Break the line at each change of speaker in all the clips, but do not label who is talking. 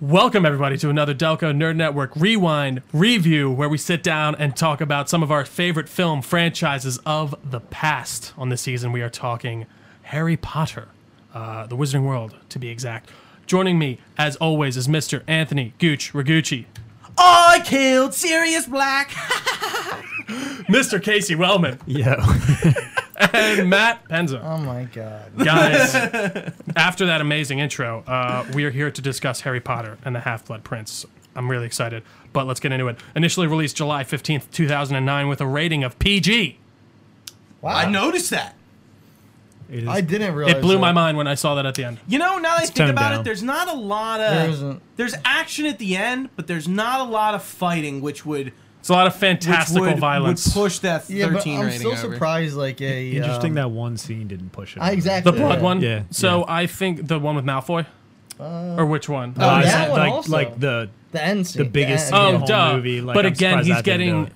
Welcome, everybody, to another Delco Nerd Network Rewind Review, where we sit down and talk about some of our favorite film franchises of the past. On this season, we are talking Harry Potter, uh, The Wizarding World, to be exact. Joining me, as always, is Mr. Anthony Gooch Ragucci,
I killed Sirius Black.
Mr. Casey Wellman,
Yo.
and Matt Penza.
Oh my god.
Guys, after that amazing intro, uh, we are here to discuss Harry Potter and the Half Blood Prince. I'm really excited, but let's get into it. Initially released July 15th, 2009, with a rating of PG.
Wow.
I noticed that.
It is,
I didn't realize
It blew
uh,
that.
my mind when I saw that at the end.
You know, now that I think
toned
about
down.
it, there's not a lot of
There isn't.
there's action at the end, but there's not a lot of fighting, which would
It's a lot of
which
fantastical
would,
violence.
would push that
Yeah, but
13
I'm
rating
still
over.
surprised. Like a
Interesting
um,
that one scene didn't push it.
I-
over.
exactly
the blood
Yeah.
one?
Yeah,
So
yeah.
I think the one with Malfoy? or which one?
Oh,
Uh,
that
so,
one
like,
also.
like the
the end scene.
the biggest
end,
scene
oh,
yeah.
in the whole
duh.
movie. Like,
but
I'm
again,
surprised
he's
that didn't
getting.
do it.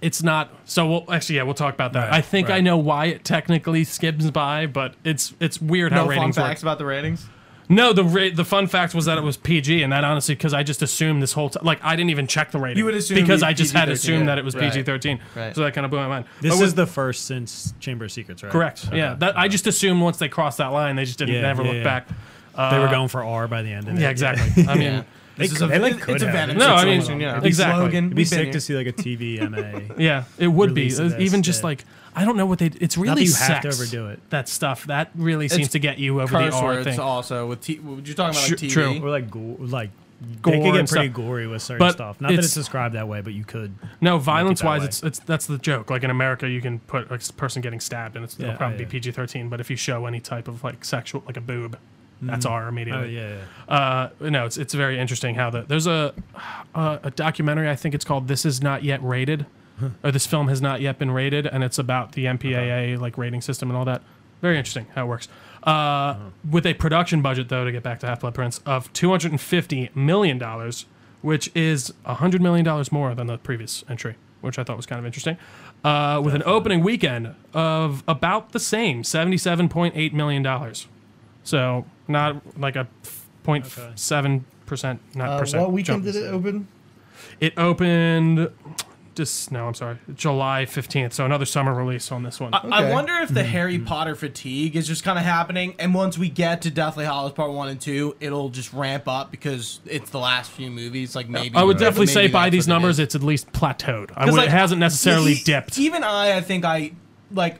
It's not. So we'll actually, yeah, we'll talk about that.
Right,
I think I
right.
know why it technically skims by, but it's it's weird how
No fun
ratings work.
facts about the ratings.
No, the ra- the fun fact was that it was PG, and that honestly, because I just assumed this whole time, like I didn't even check the rating.
You would assume
because
it'd
I
be
just had
PG-13,
assumed
yeah.
that it was
Right.
PG thirteen,
Right.
so that kind of blew my mind.
This
But
is
we-
the first since Chamber of Secrets, right?
correct. Yeah,
Okay.
that, I just assumed once they crossed that line, they just didn't
Yeah,
never
yeah,
look
yeah.
back.
they were going for R by the end. Of it.
uh, Yeah, exactly. Uh, I mean,
Yeah.
They,
This is a-
could- they like
it's
could
a
have.
vanity
It's
no,
a
I mean,
slogan.
yeah.
It'd be
exactly.
slogan.
It'd be
We've been
sick
here.
to see like a TV MA.
Yeah, it would be Uh,
Release of this,
even just
yeah.
like I don't know what they. It's really
that you
sex,
have to overdo it.
That stuff that really seems to get you over the
Curse
R
words
thing.
also with t- what you're talking about
Sure,
like TV.
true.
Or like gore, like
Gore
they could
and
get
stuff.
pretty gory with certain
But
stuff. Not that
it's-
it's described that way, but you could.
No, violence wise,
way.
it's it's that's the joke. Like in America, you can put a s- person getting stabbed, and it's,
Yeah,
it'll
oh,
probably be
yeah.
PG thirteen. But if you show any type of like sexual, like a boob, that's R
Oh
immediately.
yeah, yeah.
Uh, no, it's it's very interesting how the there's a uh, a documentary I think it's called This Is Not Yet Rated, or this film has not yet been rated, and it's about the MPAA like rating system and all that. Very interesting how it works.
Uh-huh.
Uh, with a production budget though, to get back to Half Blood Prince of two hundred and fifty million dollars, which is hundred million dollars more than the previous entry, which I thought was kind of interesting. Uh, with an opening weekend of about the same seventy seven point eight million dollars, so not like a point seven percent, not
Uh,
percent.
what weekend
jump.
did it open?
It opened just no, I'm sorry, July 15th. So another summer release on this one.
I- I
Okay.
wonder if
Mm-hmm.
the Harry Potter fatigue is just kind of happening, and once we get to Deathly Hollows Part One and Two, it'll just ramp up because it's the last few movies. Like maybe
I would definitely say
maybe
by
that's
these
what it
numbers,
is.
it's at least plateaued. I
'Cause,
would,
like,
it hasn't necessarily
e-
dipped.
Even I, I think I like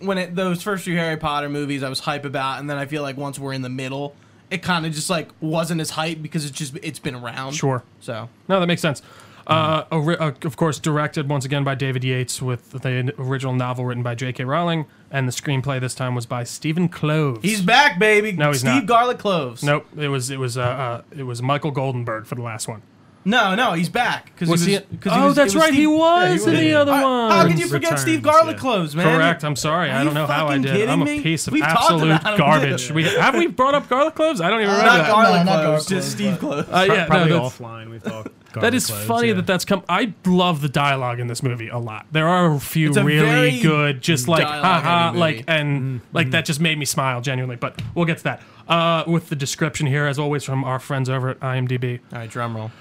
when it, those first few Harry Potter movies, I was hype about, and then I feel like once we're in the middle, it kind of just like wasn't as hype because it's just it's been around.
sure.
So
No, that makes sense. Uh, ori- uh, of course, directed once again by David Yates, with the original novel written by J.K. Rowling, and the screenplay this time was by Stephen Cloves.
he's back, baby.
No, he's
Steve
not.
Garlic Cloves.
nope. It was it was uh, uh, it was Michael Goldenberg for the last one.
no, no, he's back because
Was
he
he?
was. 'cause he
Oh,
was- it
that's
was
right. He
Steve-
was in the other one.
How could you forget
Returns,
Steve Garlic
yeah.
Cloves, man?
Correct. I'm sorry. I
you
don't know how I
fucking
did.
kidding
I'm a
me?
piece of
We've talked
absolute
about him,
garbage.
too.
We have we brought up garlic cloves. I don't even remember.
Not
that.
Garlic
No,
Cloves,
not Garlic
just
Cloves,
Steve
but-
Cloves.
Uh, yeah,
Probably
no, that's,
offline. We've talked.
that is
Garlic
funny
Cloves,
that that's come. I love the dialogue in this movie a lot. There are a few
It's a
really
very
good, just like
dialogue-heavy
haha,
movie.
like and like that just made me smile genuinely. But we'll get to that. Uh, with the description here, as always, from our friends over at IMDb.
All right, drum roll.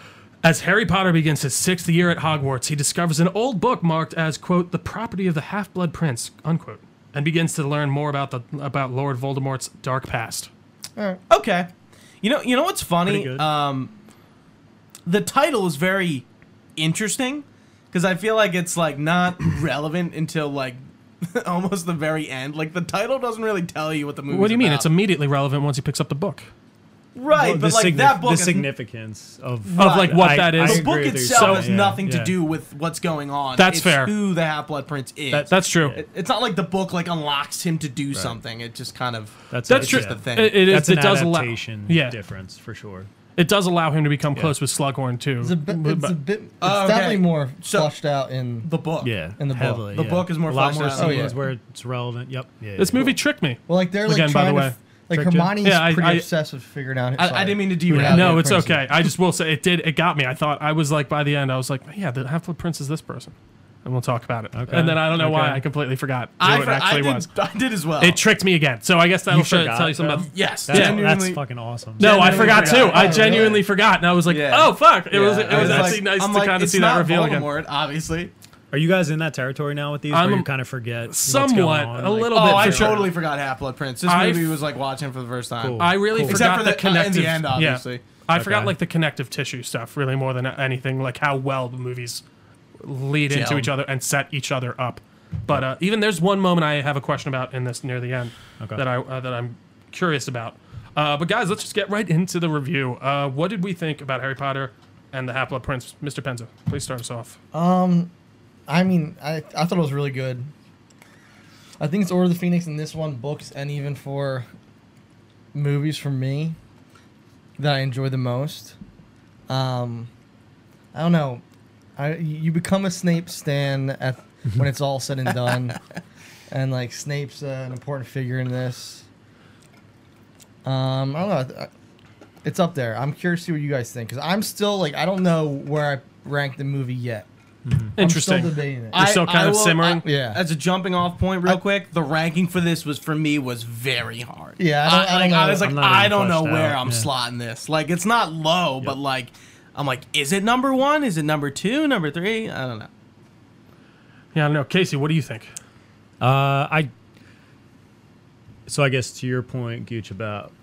As Harry Potter begins his sixth year at Hogwarts, he discovers an old book marked as "quote the property of the Half Blood Prince" unquote, and begins to learn more about the about Lord Voldemort's dark past.
Okay. You know, you know what's funny?
Pretty good.
Um, the title is very interesting because I feel like it's like not relevant until like almost the very end. Like the title doesn't really tell you what the movie.
What do you mean? It's immediately relevant once he picks up the book.
right,
Well,
but
the
like
signif-
that book.
the
is-
significance of
Of, like, what
I-
that
I
is.
the
agree
book
with you.
itself
So-
has
yeah,
nothing
yeah.
to do with what's going on.
That's
It's
fair.
Who the Half Blood Prince is.
That, that's true.
It- it's not like the book like unlocks him to do something. It just kind of
That's
That's
a-
true.
just
yeah.
the thing.
It- it is.
That's
it
an
does allow.
adaptation
Yeah,
difference for sure.
it does allow him to become close with Slughorn too.
It's a bit. It's, a bit, it's
Oh, okay.
definitely more
So-
flushed out in.
the book.
Yeah,
In the book.
heavily,
The
yeah.
book is more
a lot
fleshed
more
out. Oh,
scenes
yeah.
where it's relevant. Yep. Yeah,
this
yeah.
movie tricked me.
Well, like they're like
Again, by
trying
the
to.
way.
f- Like
Tricked you?
Hermione's
Yeah, I-
pretty
I-
obsessed with figuring out.
I, I didn't mean to derail.
Yeah.
you.
No,
Half-Blood
it's
Prince is-
okay. I just will say it did. It got me. I thought I was like by the end. I was like, yeah, the Half Blood Prince is this person. and we'll talk about it.
Okay.
And then I don't know why
Okay.
I completely forgot
I,
what it
for- I
actually
did,
was.
I did as well.
It tricked me again. So I guess that'll
You
show-
forgot,
tell you something.
though?
About
yes,
That's, that's
genuinely.
fucking awesome.
no, I
Genuinely
forgot too.
forgot.
I
Oh,
genuinely
really?
forgot, and I was like,
Yeah.
"Oh fuck!" It was. It
Yeah, I
was,
like-
actually nice
I'm
to
like,
kind of
it's
see that
not
reveal again.
Voldemort, Obviously.
Are you guys in that territory now with these?
I'm-
where you kind of forget. what's going
Somewhat,
on?
a
Like,
little bit.
Oh, I
for sure.
totally forgot Half Blood Prince. This
I
movie
f-
was like watching for the first time.
Cool.
I really
Cool.
forgot
Except
the,
for the- uh, in
connective.
the end, obviously.
Yeah. I forgot
Okay.
like the connective tissue stuff really more than anything, like how well the movies lead into
Gelled.
each other and set each other up. But uh, even there's one moment I have a question about in this near the end
Okay.
that I uh, that I'm curious about. Uh, but guys, let's just get right into the review. Uh, what did we think about Harry Potter and the Half Blood Prince, Mr. Penza? Please start us off.
I mean, I, I thought it was really good. I think it's Order of the Phoenix in this one, books, and even for movies for me that I enjoy the most. Um, I don't know. I you become a Snape stan at when it's all said and done, and like Snape's uh, an important figure in this. Um, I don't know. I- It's up there. I'm curious to see what you guys think because I'm still like I don't know where I rank the movie yet. I'm still
Interesting.
debating it.
You're still kind of
will-
simmering?
Yeah.
As a jumping off point, real
I-
quick, the ranking for this was for me was very hard.
Yeah, I don't- I
like,
don't know.
was like,
I'm not
I
even
don't know
fleshed
where
out,
I'm
yeah.
slotting this. Like, it's not low, but like, I'm like, is it number one? Is it number two? Number three? I don't know.
Yeah, I don't know. Casey, what do you think?
Uh, I. So I guess to your point, Gooch, about.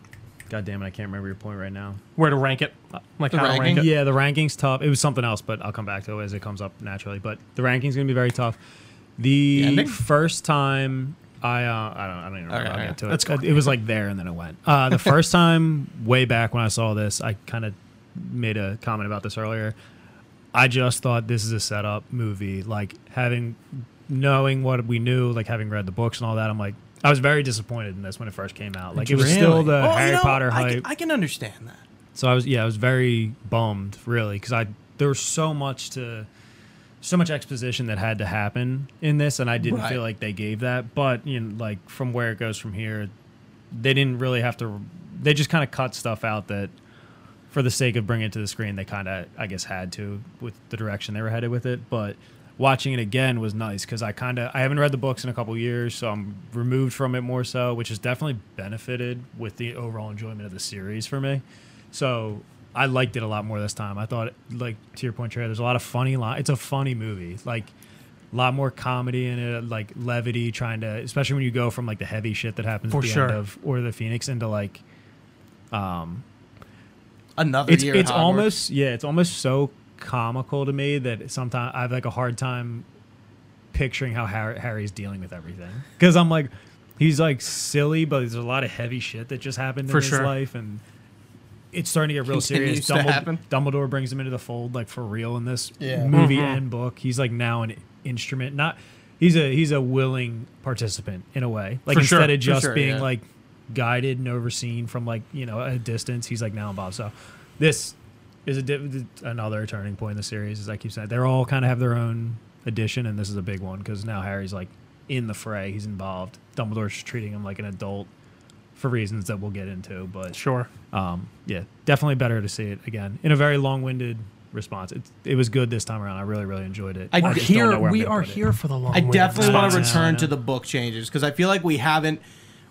God damn it, I can't remember your point right now.
Where to rank it? Like
The
how to
ranking?
rank it?
Yeah, the ranking's tough. It was something else, but I'll come back to it as it comes up naturally. But the ranking's gonna be very tough. The
ending?
first time I uh, I don't I don't even remember
Okay,
how I
okay.
got to it.
That's cool.
It was like there and then it went. Uh, the first time way back when I saw this, I kind of made a comment about this earlier. I just thought this is a setup movie. Like having knowing what we knew, like having read the books and all that, I'm like I was very disappointed in this when it first came out. Like it was still
Really?
the
Well, Oh, you
Harry
know,
Potter
I
hype.
can, I can understand that.
So I was yeah, I was very bummed really because I there was so much to so much exposition that had to happen in this, and I didn't
Right.
feel like they gave that. But you know, like from where it goes from here, they didn't really have to. They just kind of cut stuff out that. For the sake of bringing it to the screen, they kind of, I guess, had to with the direction they were headed with it. But watching it again was nice because I kind of, I haven't read the books in a couple years, so I'm removed from it more so, which has definitely benefited with the overall enjoyment of the series for me. So I liked it a lot more this time. I thought, like to your point, Trey, there's a lot of funny line. It's a funny movie, like a lot more comedy in it, like levity, trying to, especially when you go from like the heavy shit that happens
For
at the
sure.
end of Order of the Phoenix into like
Another
it's
year.
it's
at Hogwarts.
almost yeah, it's almost so comical to me that sometimes I have like a hard time picturing how Harry, Harry's dealing with everything because I'm like he's like silly, but there's a lot of heavy shit that just happened in
For
his
sure.
life and. It's starting to get real
Continues
serious.
to happen.
Dumbledore brings him into the fold, like for real, in this
Yeah.
movie
Mm-hmm.
and book. He's like now an instrument. Not he's a he's a willing participant in a way. Like
For
instead
sure.
of just
sure,
being
yeah.
like guided and overseen from like you know a distance, he's like now involved. So this is a di- another turning point in the series. As I keep saying, they're all kind of have their own addition, and this is a big one because now Harry's like in the fray. He's involved. Dumbledore's treating him like an adult for reasons that we'll get into. But
Sure.
um, yeah, definitely better to see it again in a very long-winded response. It, it was good this time around. I really, really enjoyed it.
I-
We're
I
just don't know
here.
where I'm
We
gonna
are
put it.
here for the long.
I
wave.
definitely want
Spots.
to
Yeah, I
return
know.
to the book changes because I feel like we haven't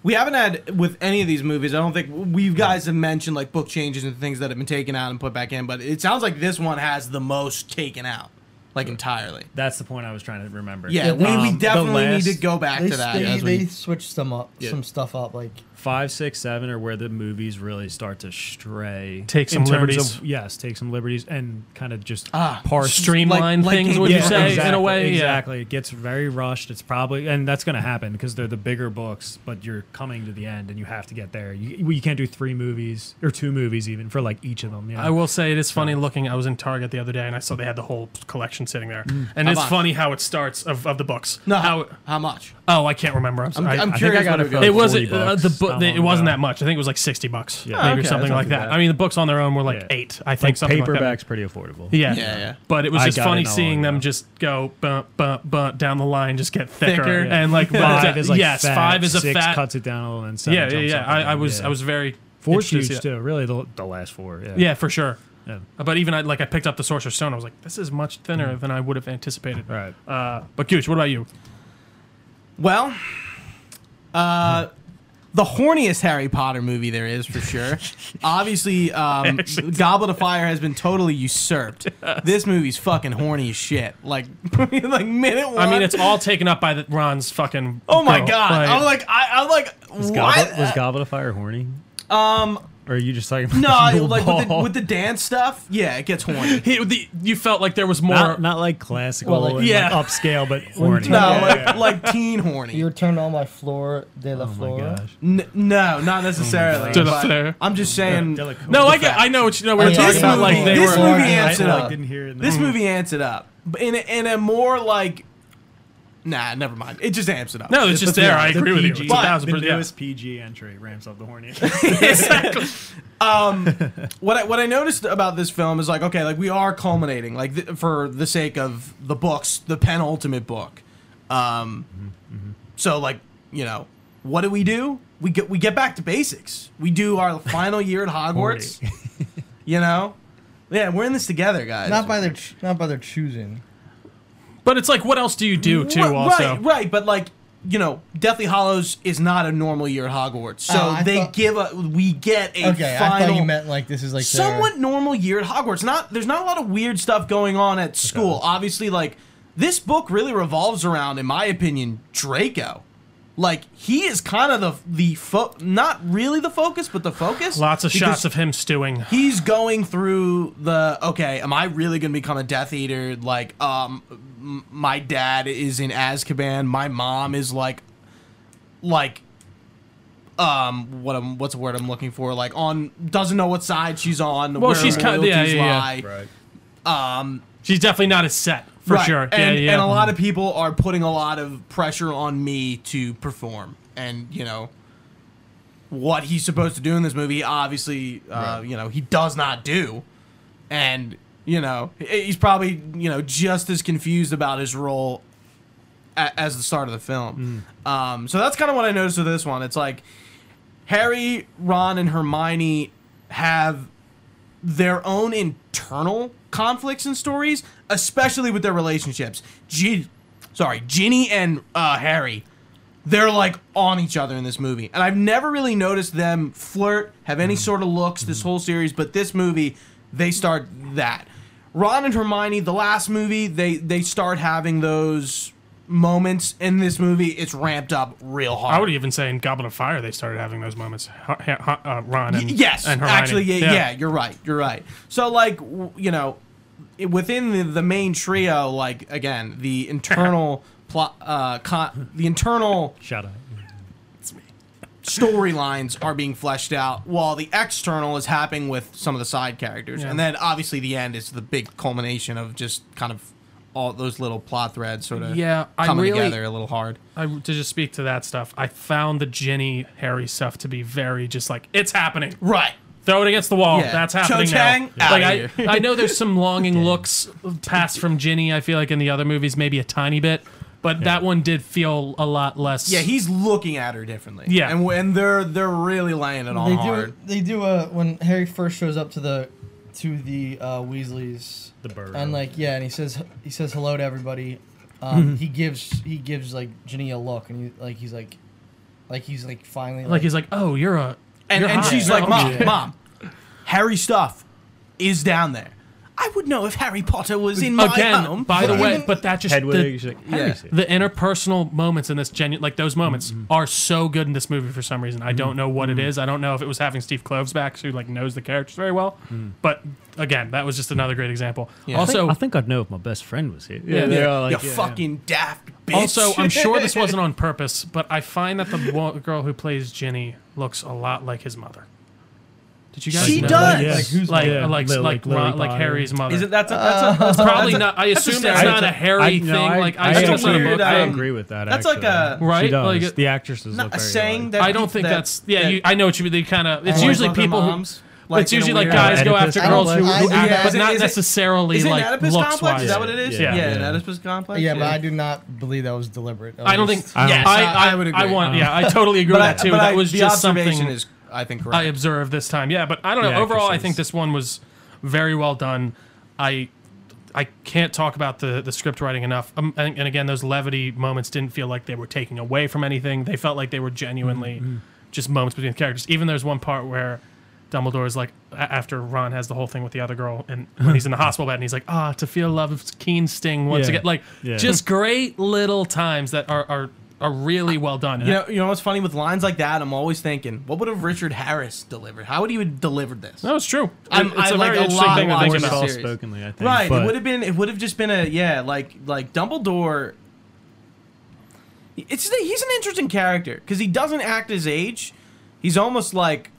we haven't had with any of these movies. I don't think we guys have mentioned like book changes and things that have been taken out and put back in. But it sounds like this one has the most taken out, like entirely.
That's the point I was trying to remember.
Yeah, we,
Um,
we
the
definitely need to
last
go back
they,
to that.
They,
as
they
we-
switched some up,
Yeah.
some stuff up. Like
Five, six, seven are where the movies really start to stray.
Take some
in terms
liberties.
Of, yes, take some liberties and kind of just
Ah,
parse
streamline
Like- like
things.
King
would
Kong.
you say in a
exactly,
way? Yeah.
Exactly. It gets very rushed. It's probably and that's going to happen because they're the bigger books, but you're coming to the end and you have to get there. You, well, you can't do three movies or two movies even for like each of them. You know?
I will say it is funny looking. I was in Target the other day and I saw they had the whole collection sitting there,
Mm.
and it's
much?
funny how it starts of, of the books.
no,
how,
how, how much?
oh, I can't remember. I'm,
I'm,
sorry.
I,
I-
am
I-
curious.
I got
what
it
it
for-
goes.
it wasn't
40
uh,
bucks
the book.
not long
It wasn't
ago.
that much. I think it was like sixty bucks,
Yeah.
maybe
Oh, okay,
something
that's
like
not
that.
bad.
I mean, the books on their own were like
Yeah.
eight. I think
like
something like that.
paperback's pretty affordable.
Yeah.
Yeah, yeah.
But it was
I
just
got
funny
it all,
seeing them
yeah.
just go bump, bump, bump down the line, just get thicker,
Thicker. Yeah.
and like
Five is like
yes,
fat,
five is a
six
fat.
cuts it down a little, and seven
yeah, yeah,
jumps
yeah.
up and
I, I
down,
was,
yeah.
I was very
four's
interested to see
huge
that.
too. Really, the, the last four. Yeah.
Yeah, for sure.
Yeah.
But even I, like I picked up the Sorcerer's Stone, I was like, this is much thinner than I would have anticipated.
Right.
Uh, but Gooch, what about you?
Well, uh, the horniest Harry Potter movie there is for sure. Obviously, um, Goblet of Fire has been totally usurped. This movie's fucking horny as shit. Like, like minute one.
I mean, it's all taken up by the, Ron's fucking.
oh my
girl.
god! I'm like, I, I'm like,
Was
what?
Goblet, was Goblet of Fire horny?
um,
Or are you just talking about
no,
the
like with the,
ball?
with the dance stuff, yeah, it gets horny.
He, the, you felt like there was more.
not, not like classical,
Well, like-
and, like,
yeah.
upscale, but horny. Oh
you
No,
Yeah.
like, like teen horny.
You returned all my floor de la
Oh my
flora.
gosh.
N- no, not necessarily.
To the
but
flare.
I'm just saying.
no, I get. I know what you know. We were
This
talking about like
movie-
they
this
were.
movie
I,
amps it
like,
up.
didn't hear it.
This movie amps it up but in a, in a more like. Nah, never mind. It just amps it up.
No, it's just
let's be
there. I
honest.
agree with you. It's a
But
thousand
the
percent. yeah.
newest PG entry ramps up the horny.
What I, what I noticed about this film is like okay, like we are culminating like th- for the sake of the books, the penultimate book. Um, so like you know, what do we do? We get we get back to basics. We do our final year at Hogwarts. you know, yeah, we're in this together, guys.
Not by their ch- not by their choosing.
But it's like, what else do you do uh, too?
Right,
also,
Right, right, but like you know, Deathly Hollows is not a normal year at Hogwarts, so
Oh, I
they
thought-
give a we get a
Okay, I
final
thought you meant like this is like their-
somewhat normal year at Hogwarts. Not there's not a lot of weird stuff going on at school. Obviously, like this book really revolves around, in my opinion, Draco. Like he is kind of the the fo- not really the focus, but the focus.
lots of
because
shots of him stewing.
he's going through the okay am i really gonna become a death eater like um m- my dad is in azkaban my mom is like like um what i'm what's the word i'm looking for like on doesn't know what side she's on
Well, she's kind- yeah,
loyalties
yeah, yeah.
lie.
right.
She's definitely not as set for
Right,
sure.
and,
yeah, yeah.
and a lot of people are putting a lot of pressure on me to perform and you know what he's supposed to do in this movie obviously uh, you know he does not do and you know he- he's probably you know just as confused about his role a- as the start of the film
Mm.
um, so that's kind of what i noticed with this one it's like harry ron and hermione have their own internal conflicts and stories, especially with their relationships. G- sorry, Ginny and uh, Harry, they're like on each other in this movie, and I've never really noticed them flirt, have any sort of looks this whole series, but this movie, they start that. Ron and Hermione, the last movie, they they start having those moments in this movie. It's ramped up real hard.
I would even say in Goblet of Fire they started having those moments. Ha- ha- ha- uh, Ron and
Y- yes,
and Hermione.
actually, yeah, yeah. you're right, you're right. So, like, w- you know, i- within the, the main trio, like again, the internal plot, uh, con- the internal
Shout out.
storylines are being fleshed out, while the external is happening with some of the side characters,
Yeah.
and then obviously the end is the big culmination of just kind of all those little plot threads sort of
Yeah, I
coming
really-
together a little hard.
I, to just speak to that stuff, I found the Ginny Harry stuff to be very just like it's happening.
Right.
Throw it against the wall.
Yeah.
That's happening
Cho-chang,
now.
outta
Like,
here.
I, I know there's some longing looks passed from Ginny. I feel like in the other movies maybe a tiny bit, but that one did feel a lot less.
Yeah, he's looking at her differently.
Yeah.
and when they're they're really laying it on
They
hard.
do. They do. Uh, when Harry first shows up to the to the uh, Weasleys,
The bird.
and like yeah, and he says he says hello to everybody.
Mm-hmm.
Um, he gives he gives like Ginny a look, and he like he's like, like he's like finally
like he's like, oh, you're a.
And,
you're
and
hot.
she's
Yeah.
like, Mom,
Okay.
Mom, Harry Stuff is down there. I would know if Harry Potter was in my
Again,
home.
by the
But
way,
even-
but that just
Hedwig.
the,
she's like,
yeah.
yeah.
the interpersonal moments in this genuine like those moments
Mm-hmm.
are so good in this movie for some reason i don't know what it is i don't know if it was having steve cloves back who like knows the characters very well
Mm-hmm.
but again that was just another great example
Yeah.
also
I think I'd know if my best friend was here.
Yeah.
they're
Yeah.
all
you
yeah, yeah.
fucking daft bitch.
also i'm sure this wasn't on purpose but i find that the wo- girl who plays ginny looks a lot like his mother did you guys
She
know
does!
that?
Like,
who's
like
yeah,
like
Lily-
like,
Lily
Ron- like
Potter.
harry's mother
Is it that's a,
Uh,
that's a, that's
probably
a-
not i
that's a
assume that's not a
stereotype.
harry
I-
thing
no, I-
like
I
i, assume
that's a
not a
weird,
book
I
thing.
um,
agree with that.
that's like
actually.
a- Right?
She does.
Like it-
the actresses look
Not a
very
saying
alike.
that
I don't think
that-
that's yeah.
that-
you, I know what you mean. They kind of it's
Oh,
usually
like their
people who.
moms, like,
it's
in a
usually like
weird
guys
way.
go
Oedipus
after
complex.
girls who,
I
who
don't-
act,
yeah,
but
is it-
not
is it-
necessarily
Is it an
like
Oedipus
looks
complex?
wise.
Is that what it is? yeah
Yeah. Yeah.
an Oedipus complex.
yeah, but I do not believe that was deliberate. That
I don't
was-
think.
I don't-
yes, I, I, would. Agree. I want. Yeah, I totally agree with that too.
but
That
I-
was
the
just
observation
something
is I think
I
correct.
observed this time. Yeah, but I don't know.
Yeah,
Overall, I
actresses.
think this one was very well done. I I can't talk about the the script writing enough. Um, and, and again, those levity moments didn't feel like they were taking away from anything. They felt like they were genuinely just moments between the characters. Even there's one part where Dumbledore is like, a- after Ron has the whole thing with the other girl, and when he's in the hospital bed, and he's like, ah, to feel love's keen sting once
Yeah.
again. Like,
Yeah.
just great little times that are are, are really well done.
You know, you know what's funny with lines like that? I'm always thinking, what would have Richard Harris delivered? How would he have delivered this?
no, it's true.
I'm-
it's a
I like
very
a
interesting
lot
thing to
more
think
about
about.
serious.
spokenly, I think.
Right.
but-
It would have been. It would have just been a yeah. Like like Dumbledore. It's he's an interesting character because he doesn't act his age. He's almost like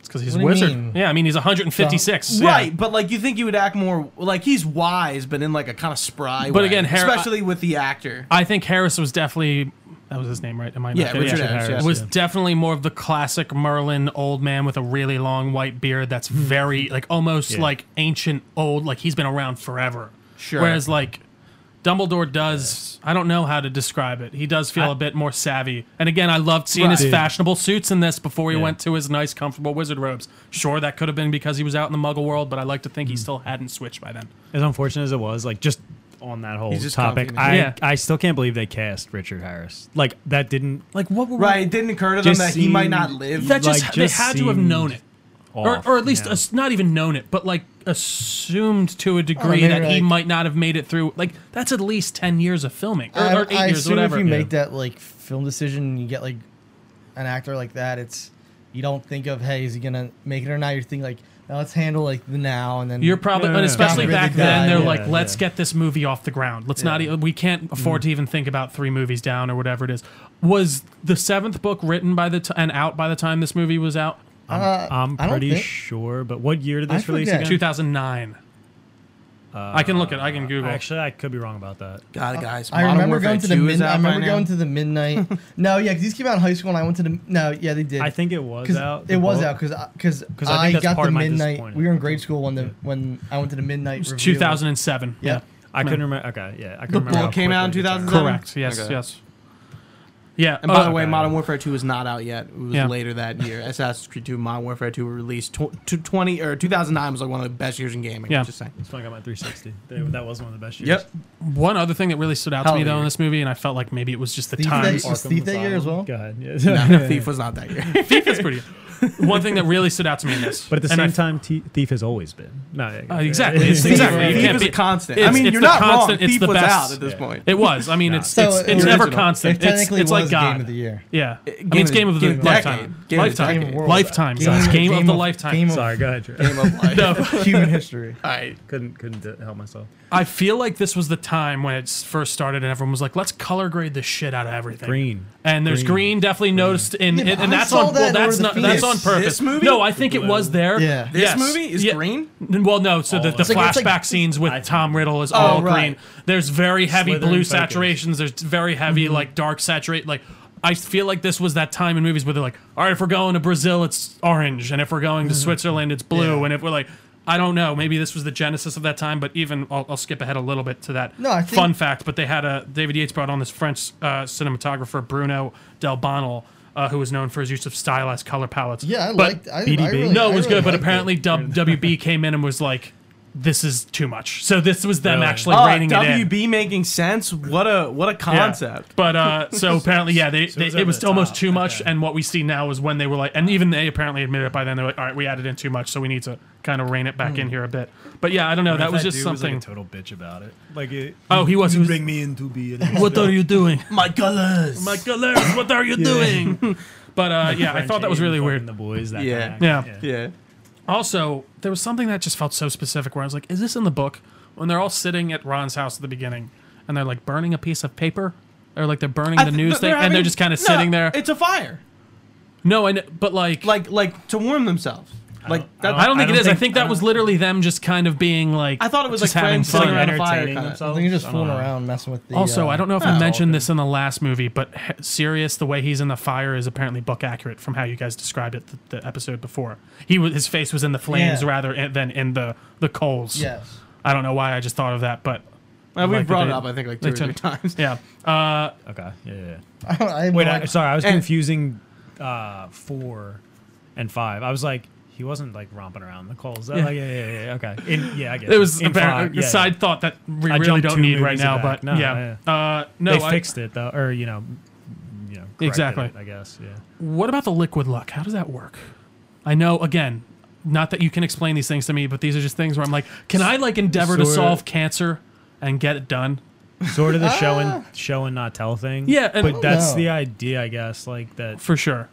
It's because he's a
What do you
wizard.
mean?
Yeah, I mean he's 156. yeah.
right, but like you think he would act more like he's wise, but in like a kind of spry.
But
way,
again, Har-
especially with the actor.
I think Harris was definitely that was his name, right? Am I not
Yeah,
kidding?
Richard
Yeah.
Harris,
was
yeah.
definitely more of the classic Merlin old man with a really long white beard. That's
Hmm.
very like almost
Yeah.
like ancient old. Like he's been around forever.
Sure.
Whereas like Dumbledore does, I don't know how to describe it. He does feel a bit more savvy. And again, I loved seeing his
Right.
fashionable suits in this before he
Yeah.
went to his nice, comfortable wizard robes. Sure, that could have been because he was out in the Muggle world, but I like to think
Hmm.
he still hadn't switched by then.
as unfortunate as it was, like just on that whole
He's just
topic,
confident.
I
Yeah.
I still can't believe they cast Richard Harris. Like that didn't like what were we-
Right, it didn't occur to them
Just
that he might
seemed-
not live.
That just,
Like,
they
just
had to have known
seemed
it. or,
off,
or at least
yeah.
as- not even known it, but like assumed to a degree
Oh, maybe
that he
like-
might not have made it through. Like that's at least ten years of filming, or,
I,
or eight
I
years,
assume if
whatever.
you make that like film decision, and you get like an actor like that. It's you don't think of hey, is he gonna make it or not? You're thinking like now let's handle like the now and then
You're probably,
No, no,
and
no.
especially
Got rid
back
of
then,
that,
they're
yeah, Mm-hmm.
like, let's
yeah.
get this movie off the ground. Let's not, e- we can't afford to even think about three movies down or whatever it is. Was the seventh book written by the t- and out by the time this movie was out?
I'm,
I'm pretty sure, but what year did
I
this release
forget.
again?
Two thousand nine. I can look it. I
Uh,
can Google.
Actually, I could be wrong about that.
God, guys,
I
Modern
remember
Warfare
going to the
2 is
mid.
out
I
by
remember
now.
going to the midnight. no, yeah, because these came out in high school, and I went to the no. Yeah, they did.
I think it was
'Cause
out.
It
the
was
book.
out because because
'Cause I think
I,
that's
got
part
the
of my
midnight.
disappointment.
We were in grade school when the when I went to the midnight. review.
two thousand and seven.
Yeah.
I couldn't remember. Okay, yeah, I could
The
remember.
book
how
came out in
quickly it turned.
2000?
Correct. Yes.
Okay.
Yes. Yeah.
And by
uh,
the way,
okay.
Modern Warfare 2 was not out yet. It was
Yeah.
later that year. Assassin's Creed 2, Modern Warfare 2 were released tw- tw- 20 or 2009 was like one of the best years in gaming.
Yeah.
Just saying.
That's when I got my 360. That that was one of the best years.
Yep.
One other thing that really stood out to me
Hallelujah.
though in this movie, and I felt like maybe it was just the
Thief
time.
that- was Thief that year as well?
Go ahead. Yeah.
No, Thief was not that year.
Thief is pretty. One thing that really stood out to me in this,
But at the
and I
same
f-
time, T- Thief has always been. No, yeah,
Uh, exactly. It's
Thief,
exactly. You
Thief
can't
is
be-
a constant. I
it's-
mean,
it's
you're
the
not
constant,
wrong.
it's
Thief
the
was
best.
out at this
Yeah.
point.
it was. I mean, it's
So
it's,
it
it's
was
never
original.
constant.
It
It's,
technically
it's like
was
God.
game of the year.
Yeah. I
Game
mean, it's
of the-
game of the
game of the
lifetime.
decade. Game of the
lifetime.
decade.
World.
lifetime.
Game
guys.
of-
Game,
game
of the
of-
lifetime.
game of-
Sorry, go ahead. Drew.
Game of life.
Human history.
All right.
Couldn't couldn't d- help myself.
I feel like this was the time when it first started, and everyone was like, "Let's color grade the shit out of everything."
Green.
and there's green,
Green.
definitely noticed in,
Yeah,
and- and
I
that's
saw
on
that
well,
in
that's
Order
not
of the
that's on
Phoenix.
purpose.
This movie?
No, I think it was there.
Yeah. Oh.
This
Yes.
movie is
Yeah.
green?
N- Well, no. So the,
of
the
it. So
flashback
it's like-
scenes with Tom Riddle is
Oh,
all
right.
green. There's very heavy
Slytherin
blue
focus.
saturations. There's very heavy
Mm-hmm.
like dark saturate. Like I feel like this was that time in movies where they're like, all right, if we're going to Brazil, it's orange, and if we're going to Switzerland, it's blue,
Mm-hmm. Yeah.
and if we're like. I don't know. Maybe this was the genesis of that time, but even I'll, I'll skip ahead a little bit to that
No, I think-
fun fact. But they had a David Yates brought on this French uh, cinematographer Bruno Del Bonnel, uh, who was known for his use of stylized color palettes.
Yeah, I
But-
liked. I, I
BDB?
really,
no,
I
it was
really
good, but
liked it.
apparently w- WB came in and was like, "This is too much." So this was them
Really?
Ah,
actually
Oh,
reining it in.
WB making sense. What a what a
Yeah.
concept.
But uh, so apparently, yeah, they, they,
was
it
over
was
the
almost
top.
too much.
Okay.
And what we see now is when they were like, and even they apparently admitted it by then. They're like, "All right, we added in too much, so we need to kind of rein it back in here a bit." But yeah, I don't know. that was just something.
total bitch about it. Like, it,
Oh, he was- he was-
me in to be.
what are you doing,
My colors.
Mike Galers? What are you doing? but uh, yeah, I thought that was really weird.
The boys, that
Yeah.
kind of-
Yeah.
yeah.
Also, there was something that just felt so specific where I was like, is this in the book? When they're all sitting at Ron's house at the beginning and they're like burning a piece of paper or like they're burning
I
the
th-
news thing and they're
having-
just kind
no,
of sitting there.
It's a fire.
No, I know, but like,
Like like to warm themselves. Like
I don't-
I don't think
I
it is. I
think-
think that was literally them just kind of being like,
I thought it was
just
like
having
friends sitting
fun.
around a fire
Entertaining
kinda.
I
themselves. Uh-huh.
think you're just
I don't
fooling
know.
around, messing with the.
Also,
uh,
I don't know if I
yeah.
mentioned this in the last movie, but H- Sirius, the way he's in the fire, is apparently book accurate from how you guys described it the, the episode before. He was his face was in the flames
Yeah.
rather in- than in the the coals.
Yes.
I don't know why I just thought of that, but
Uh, we've
Like
brought
they-
it up, I think, like two
they
or three
turned-
times.
yeah. Uh,
Okay. Yeah. yeah, yeah.
I don't. I have
Wait,
no
I,
idea.
sorry, I was
And-
confusing uh, four and five. I was like, He wasn't like romping around the coals.
Yeah.
Yeah. Like, yeah, yeah, yeah, yeah. Okay. In, yeah, I get
It was
In
apparent,
five, yeah,
a side thought that we
I
really
jumped
don't
two
need right
movies
now,
back.
but
No,
yeah. Uh, no,
they
I-
fixed it though, or you know, you know, corrected
Exactly.
it, I guess. Yeah.
What about the liquid luck? How does that work? I know, again, not that you can explain these things to me, but these are just things where I'm like, can I like endeavor to
Sort of.
solve cancer and get it done?
Sort of the show and show and not tell thing.
Ah. Yeah, and- Oh,
but that's
No.
the idea, I guess. Like that,
For sure.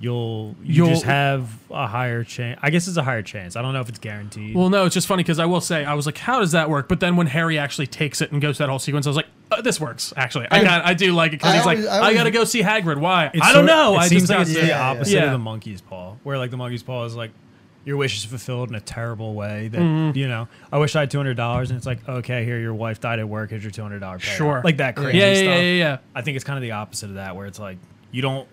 you'll you
You'll-
just have a higher chance. I guess it's a higher chance. I don't know if it's guaranteed.
Well, no, it's just funny because I will say, I was like, how does that work? But then when Harry actually takes it and goes through that whole sequence, I was like, uh, this works, actually. I,
I-
got, I do like it because
I
he's
always-
like,
I
I,
always-
got to go see Hagrid. Why?
It's
I don't
sort of-
know.
It
I
seems
just
like
got
it's
to-
the
yeah, yeah.
opposite
Yeah.
of the monkey's paw, where like the monkey's paw is like your wish is fulfilled in a terrible way. That you know, I wish I had two hundred dollars, and it's like okay, here your wife died at work. Here's your two hundred dollars.
Sure.
like that crazy
Yeah, yeah,
stuff.
yeah, yeah, yeah.
I think it's kind of the opposite of that, where it's like you don't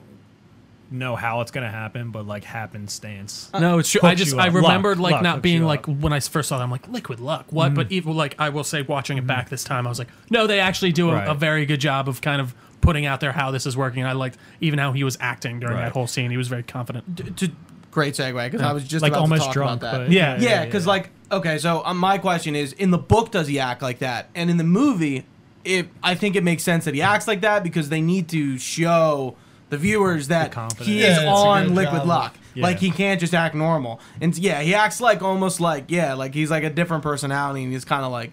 know how it's gonna happen, but like happenstance.
Uh,
No, it's true. I
hooks
just
Uh, you
I
up.
remembered
Luck,
like
luck
not
hooks
being
you Mm.
like
up.
when I first saw that I'm like liquid luck. What? But even like I will say watching it back this time I was like no they actually do a,
Mm. Right.
a very good job of kind of putting out there how this is working. And I liked even how he was acting during
Right.
that whole scene. He was very confident.
D- to- great segue because I was just
like
about
almost
to talk
drunk,
about that.
but
Yeah.
yeah, because like okay, so um, my question is: in the book, does he act like that? And in the movie, it I think it makes sense that he acts like that because they need to show the viewers that
confidence.
he
Yeah,
is
it's a
on
good
liquid
job.
luck.
Yeah.
Like he can't just act normal. And yeah, he acts like almost like yeah, like he's like a different personality, and he's kind of like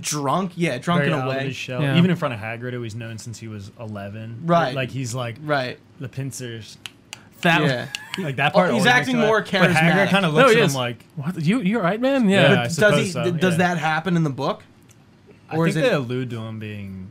drunk. Yeah, drunk
Very
in
out
a
of
way.
his shell.
Yeah.
Even in front of Hagrid, who he's known since he was eleven.
Right.
Like he's like
Right.
the pincers.
That
Yeah.
Like that
Oh,
part.
he's
always makes
acting
me laugh.
more
But Hagrid
charismatic.
kind of
no
looks
he
at
is.
him like.
what you you're right man
Yeah,
yeah.
I
Does he?
suppose so,
Does
yeah.
that happen in the book?
I
Or
think
is
they
it-
allude to him being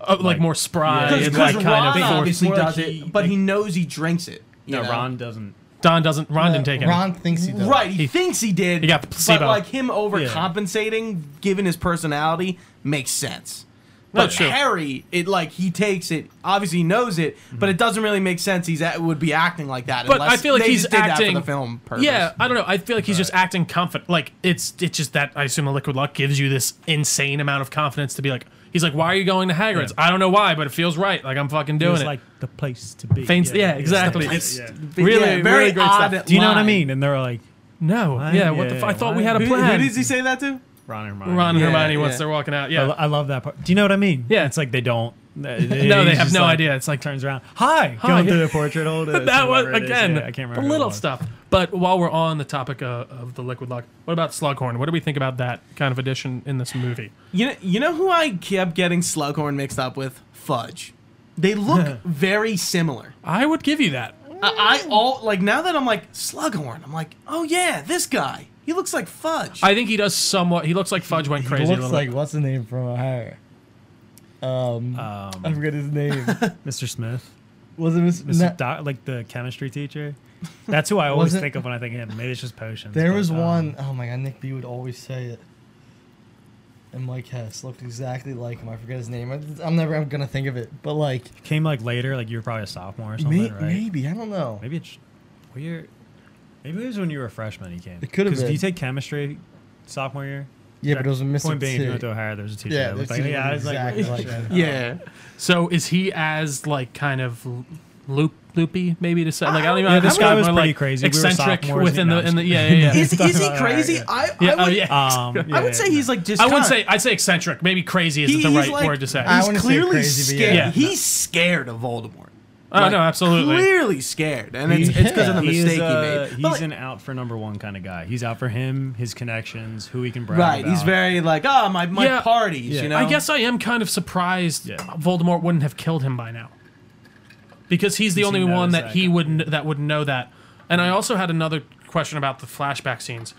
Uh, like,
Like-
more spry.
Yeah,
and
Because
it's
like
like
kind
Ron
of
forced.
obviously
More like
does
he-
it, but
like-
he knows he drinks it. you
no.
know?
Ron doesn't.
Don doesn't Ron didn't take it.
Ron thinks he does.
Right, he, thinks he did.
He got the placebo.
But like him overcompensating, given his personality, makes sense.
No,
But
it's true.
Harry, it like he takes it. Obviously, he knows it, but it doesn't really make sense. He's at, would be acting like that.
Mm-hmm. But
unless
I feel like
they
he's
just did that for
acting-
the film. Purpose.
Yeah, I don't know. I feel like he's just acting confident. Like it's it's just that I assume the liquid luck gives you this insane amount of confidence to be like he's like, why are you going to Hagrid's? I don't know why, but it feels right. Like I'm fucking
It
doing
was
it.
like the place to be.
Faints- yeah,
it's
exactly.
the place
It's-
to
But
be.
really-
yeah,
really
very
great
odd
stuff.
Do you know what I mean? And they're like
no,
Why?
yeah. What the?
Yeah,
F- I thought we
why?
had a
Who,
plan.
who does he say that to?
Ron and Hermione.
Ron and
Yeah,
Hermione once
yeah.
they're walking out.
I,
Yeah,
lo- I love that part. Do you know what I mean?
Yeah.
It's like they don't. No,
No, they have no idea. It's like-
turns around. Hi,
Hi.
going through the portrait holder.
that was again.
I can't remember.
the
who it
little
was.
stuff. But while we're on the topic of, of the liquid luck, what about Slughorn? What do we think about that kind of addition in this movie?
You know, you know who I kept getting Slughorn mixed up with? Fudge. They look very similar.
I would give you that.
I, I all like now that I'm like Slughorn. I'm like, oh yeah, this guy. He looks like Fudge.
I think he does somewhat. He looks like Fudge went
He
crazy. a
looks
little
like
bit.
what's the name from Ohio? Um,
Uh,
I
Um,
forget his name.
Mr. Smith,
was it Miss?
Mr.
Na-
Doc, like the chemistry teacher. That's who I always
Wasn't-
think of when I think of him. Maybe it's just potions.
There
but,
was
um,
one oh my god, Nick B would always say it. And Mike Hess looked exactly like him. I forget his name. I- I'm never I'm gonna think of it. But like
came like later. Like you were probably a sophomore or something,
may,
right?
maybe I don't know.
Maybe it's weird. Maybe it was when you were a freshman. He came.
It could've
Because if
been.
you take chemistry sophomore year,
Yeah, but it was a missing
point being, if you went
titty.
to O'Hara, there was a teacher.
Yeah,
that looked
the
like,
teacher
yeah, I was
looked
like,
exactly like that.
yeah.
So is he as like kind of loop loopy maybe to say like I don't even know
Yeah,
how to
that
describe
guy was
him,
pretty
like,
crazy. We were
eccentric
sophomores,
within
you
the
know.
in the yeah yeah yeah.
Is, is he
Alright,
crazy?
yeah.
I,
Yeah,
I
oh,
would,
yeah.
Um,
I
yeah,
would say
yeah.
he's like just.
I wouldn't
kinda-
say I'd say eccentric. Maybe crazy isn't
he-
the
he's
right
like- uh,
word to say.
I
He's
wouldn't say
clearly
crazy, but yeah.
scared.
Yeah.
He's scared of Voldemort.
Oh
Like,
no, absolutely.
Clearly scared, and it's because of the
He is,
mistake he,
uh,
made.
He's
But, like,
an out for number one kind of guy. He's out for him, his connections, who he can brag
right.
about.
He's very like, oh my my
Yeah.
parties,
Yeah.
you know.
I guess I am kind of surprised
Yeah.
Voldemort wouldn't have killed him by now, because he's the
Because he
only one
knows
that
that
he
guy.
wouldn't that would know that. And I also had another question about the flashback scenes.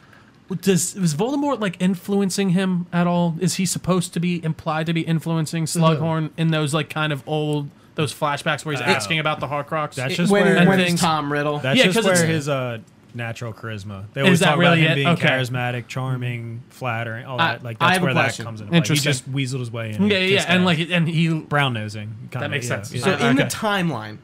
Does is Voldemort like influencing him at all? Is he supposed to be implied to be influencing Slughorn in those like kind of old those flashbacks where he's
Oh.
asking about the Horcrux?
That's
It-
just
when,
where-
when
and things-
it's Tom Riddle.
That's
Yeah, 'cause
just where
it's-
his uh, natural charisma. They always
that
talk
really
about him
it?
being
Okay.
charismatic, charming, flattering, all
I-
that. Like
I
that's
have a
where that
question.
comes into play. He
Interesting.
just weaseled his way in.
yeah, yeah,
This
yeah. and
guy.
like and he
brown nosing. Kinda,
makes
yeah,
sense.
yeah.
So
Uh,
in the
okay.
timeline,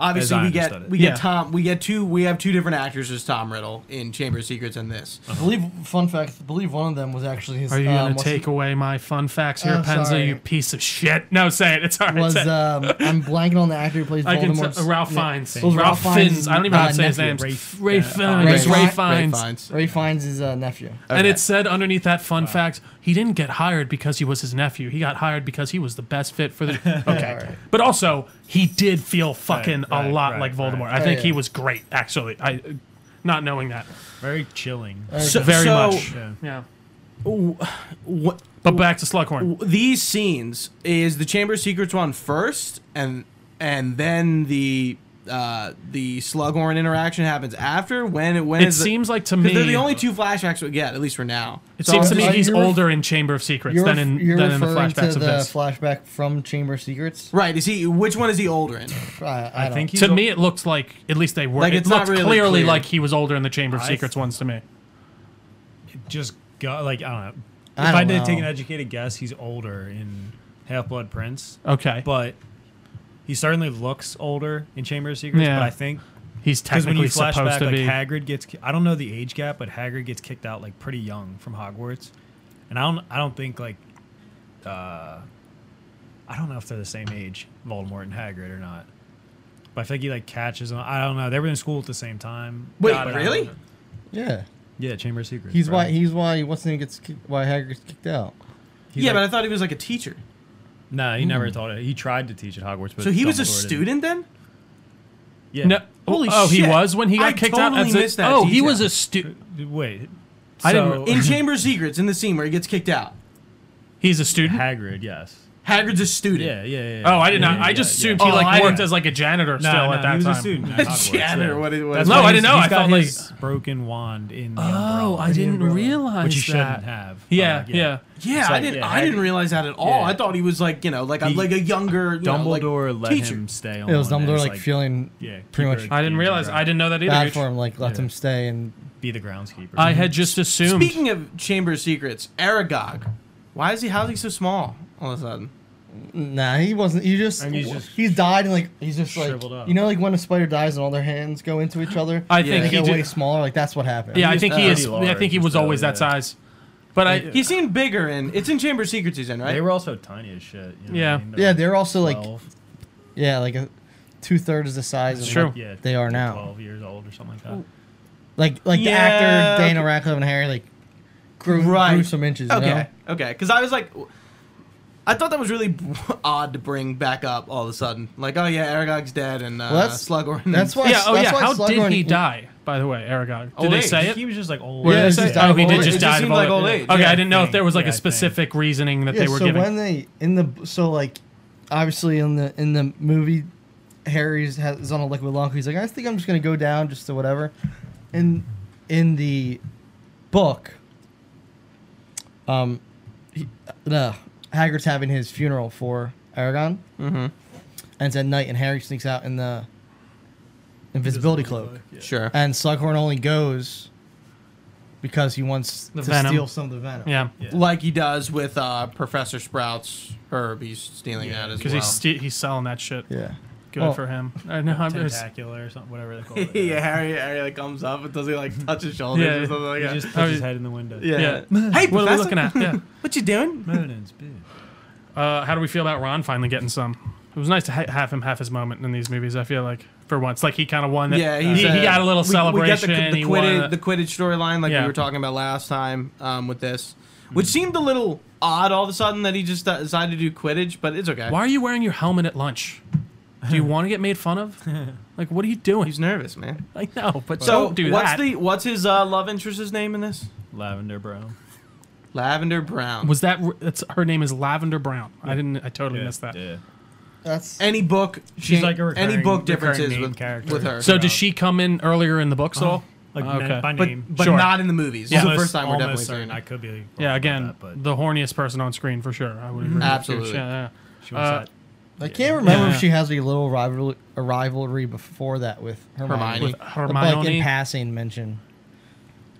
Obviously,
I
we get
understood it.
we
Yeah.
get Tom. We get two. We have two different actors as Tom Riddle in Chamber of Secrets and this.
I believe, fun fact, I believe one of them was actually his.
Are you
um,
gonna
what's-
take away my fun facts here,
Oh,
Penza?
sorry.
You piece of shit. No, say it. It's all right.
was
say it.
um, I'm blanking on the actor who plays
I can
Voldemort's
tell, Ralph
yeah,
Fiennes.
it was
Ralph, Fiennes. I don't even know how to
uh,
say his
nephew.
name.
Ray-
Ray
yeah,
Fiennes.
Ray
Ray
Fi-
Fiennes.
Ray Fiennes' is uh, nephew.
And
Okay.
it said underneath that fun fact, he didn't get hired because he was his nephew. He got hired because he was the best fit for the. Okay.
right.
But also, he did feel fucking a
right,
lot
right,
like Voldemort. I
Oh,
think he
yeah.
was great, actually. I, not knowing that
Very chilling.
Uh,
So-
very
so-
much. Yeah.
Yeah.
What,
But back to Slughorn.
these scenes is the Chamber of Secrets one first, and and then the uh, the Slughorn interaction happens after. When it when
It
is the-
seems like to
'cause
me.
they're the only two flashbacks we get, at least for now.
it
So
seems to
I'm
me
just-
Are
he's
you ref-
older in Chamber of Secrets
You're,
than
ref-
in
you're
than in the
referring
flashbacks
to
of
the
this.
flashback from Chamber of Secrets.
right. Is he? Which one is he older in?
I, I,
I
don't-
think he's
to
o-
me, it looked like at least they were.
Like,
it
it's not
looked
really
clearly
clear.
like he was older in the Chamber of
I-
Secrets ones to me.
just got like I don't know.
I
if I
don't
did
know.
take an educated guess, he's older in Half Blood Prince,
Okay, but
but he certainly looks older in Chamber of Secrets.
Yeah.
But I think
he's
because
technically
when you flash
supposed
back,
to
like
be.
Hagrid gets ki- I don't know the age gap, but Hagrid gets kicked out like pretty young from Hogwarts, and I don't I don't think like uh I don't know if they're the same age, Voldemort and Hagrid or not. But I think he like catches them. I don't know. They were in school at the same time.
Wait,
God, I don't
really?
know.
yeah.
Yeah, Chamber of Secrets.
He's
bro.
why he's why what's the name gets kicked, why Hagrid gets kicked out.
He's,
yeah,
like-
but I thought he was like a teacher.
No, he
Hmm.
never taught it. He tried to teach at Hogwarts, but
So he was a
Dumbledore didn't.
student then.
Yeah.
No,
Holy
oh, he
shit.
was when he got
I
kicked out.
totally
As a,
missed that
oh, he
detail.
was a stu-
Wait.
I didn't-
So-
In Chamber of Secrets, in the scene where he gets kicked out,
He's a student.
Hagrid, yes.
Hagrid's a student.
Yeah, yeah, yeah.
Oh, I did
yeah,
not.
yeah,
I
yeah,
just
yeah.
assumed
Oh,
he like
I
worked
didn't-
as like a janitor
No,
still
no,
at that
he was
time.
a student. at
A
Hogwarts,
janitor,
yeah.
what it was.
That's
No,
why
I
he's-
didn't know.
he's
I
got
felt like-
his broken wand in the
Oh,
umbrella,
I didn't realize
which he
that.
shouldn't have.
Yeah,
But,
yeah,
Yeah,
So,
I didn't.
yeah,
I didn't
Hagrid-
realize that at all.
yeah.
I thought he was like you know like a,
He-
like a younger you know, like,
Dumbledore let
teacher.
him stay on.
It was
as,
Dumbledore like, feeling
yeah, keep
pretty
her-
much-
keep
I didn't
her
realize.
ground-
I didn't know that either.
bad
Gooch.
for him, like let
Yeah.
him stay and
be the groundskeeper.
I had just assumed.
Speaking of Chamber of Secrets, Aragog. Why is he? How's he so small? All of a sudden.
Nah, he wasn't. He just
And
he's,
he's just
died and like he's just like
shriveled up.
you know like when a spider dies and all their hands go into each other.
I
and
think
they
he
get
did-
way smaller. Like that's what happened.
yeah, I
He
think
was
he is.
pretty
I think he
large,
was
though,
always
yeah.
that size. But I,
He seemed bigger in. It's in Chamber of Secrets he's in, right?
They were also tiny as shit. you know what
Yeah.
I mean?
Yeah, they're also like
12,
yeah like a two thirds the size.
That's
of
true.
what
yeah,
they are now.
twelve years old or something like that.
Like like
Yeah,
the actor Daniel
okay.
Radcliffe and Harry like grew,
Right.
grew some inches. You know?
okay, okay. Because I was like, I thought that was really odd to bring back up all of a sudden. Like, oh yeah, Aragog's dead and uh,
Well, that's-
Slughorn.
That's why.
yeah, oh
that's
yeah.
why
How
Slughorn-
did he die? By the way, Aragog. Did
Old
they
age.
say
He
it?
was just like old.
Were
Yeah,
they
it's
say-
just died
oh,
of
he
old
did
age.
just
It just
die of
seemed
old
like old
age.
age.
Okay,
Yeah,
I
I
didn't know if
think.
there was like
Yeah,
a
I think.
specific reasoning that
Yeah,
they were
so when
giving.
they in the so like obviously in the in the movie, Harry's has, is on a liquid lung. He's like, I think I'm just gonna go down just to whatever. And in the book, um, he, the Hagrid's having his funeral for Aragon, mm-hmm. and it's at night, and Harry sneaks out in the invisibility cloak,
Yeah.
sure.
and Slughorn only goes because he wants
The
to
venom.
steal some of the venom.
Yeah,
Yeah.
Like he does with uh, Professor Sprout's herb, he's stealing
Yeah,
that as well.
because he's sti- he's selling that shit.
yeah.
Good
Oh.
Well-
for him. I know. I'm just,
Tentacular or something, whatever they call it.
yeah, Harry, Harry like comes up and does he like touch his shoulders
Yeah.
or something like
He
that.
just puts
Oh,
his
yeah.
head in the window.
yeah.
yeah. what are
Hey,
we
professor.
looking at? Yeah.
What you doing?
Merlin's big.
Uh, how do we feel about Ron finally getting some? It was nice to ha- have him have his moment in these movies. I feel like for once, like he kind of won. That,
Yeah,
he,
he's, uh,
he got a little
we-
celebration.
We get the, the,
he won
Quidditch,
a-
the Quidditch storyline, like
Yeah. Mm-hmm.
we were talking about last time um, with this, which seemed a little odd all of a sudden that he just uh, decided to do Quidditch, but it's okay.
Why are you wearing your helmet at lunch? Do you want to get made fun of? Like, what are you doing?
He's nervous, man.
I know, but
So
don't do
what's
that.
the what's his uh, love interest's name in this?
Lavender brown.
Lavender Brown.
was that? r- That's her name is Lavender Brown. I didn't. I totally missed that.
Yeah.
That's
any book?
She's
cha-
like a recurring-
any book
recurring
differences
name
with
character.
with her.
So does she come in earlier in the
Oh.
books at all?
Like
Oh, Okay.
na- by
but
name.
but
Sure.
not in the movies. This is the first time we're
almost
definitely
certain.
seeing.
I
it.
could be. wrong
Yeah,
about
again,
that, but
the horniest person on screen for sure. I would agree. with you.
Absolutely.
Yeah,
she
yeah.
was
Uh,
that-
I can't remember
Yeah.
if she has a little rival a rivalry before that with Hermione.
Hermione.
With- but, Like
Hermione.
in passing mention.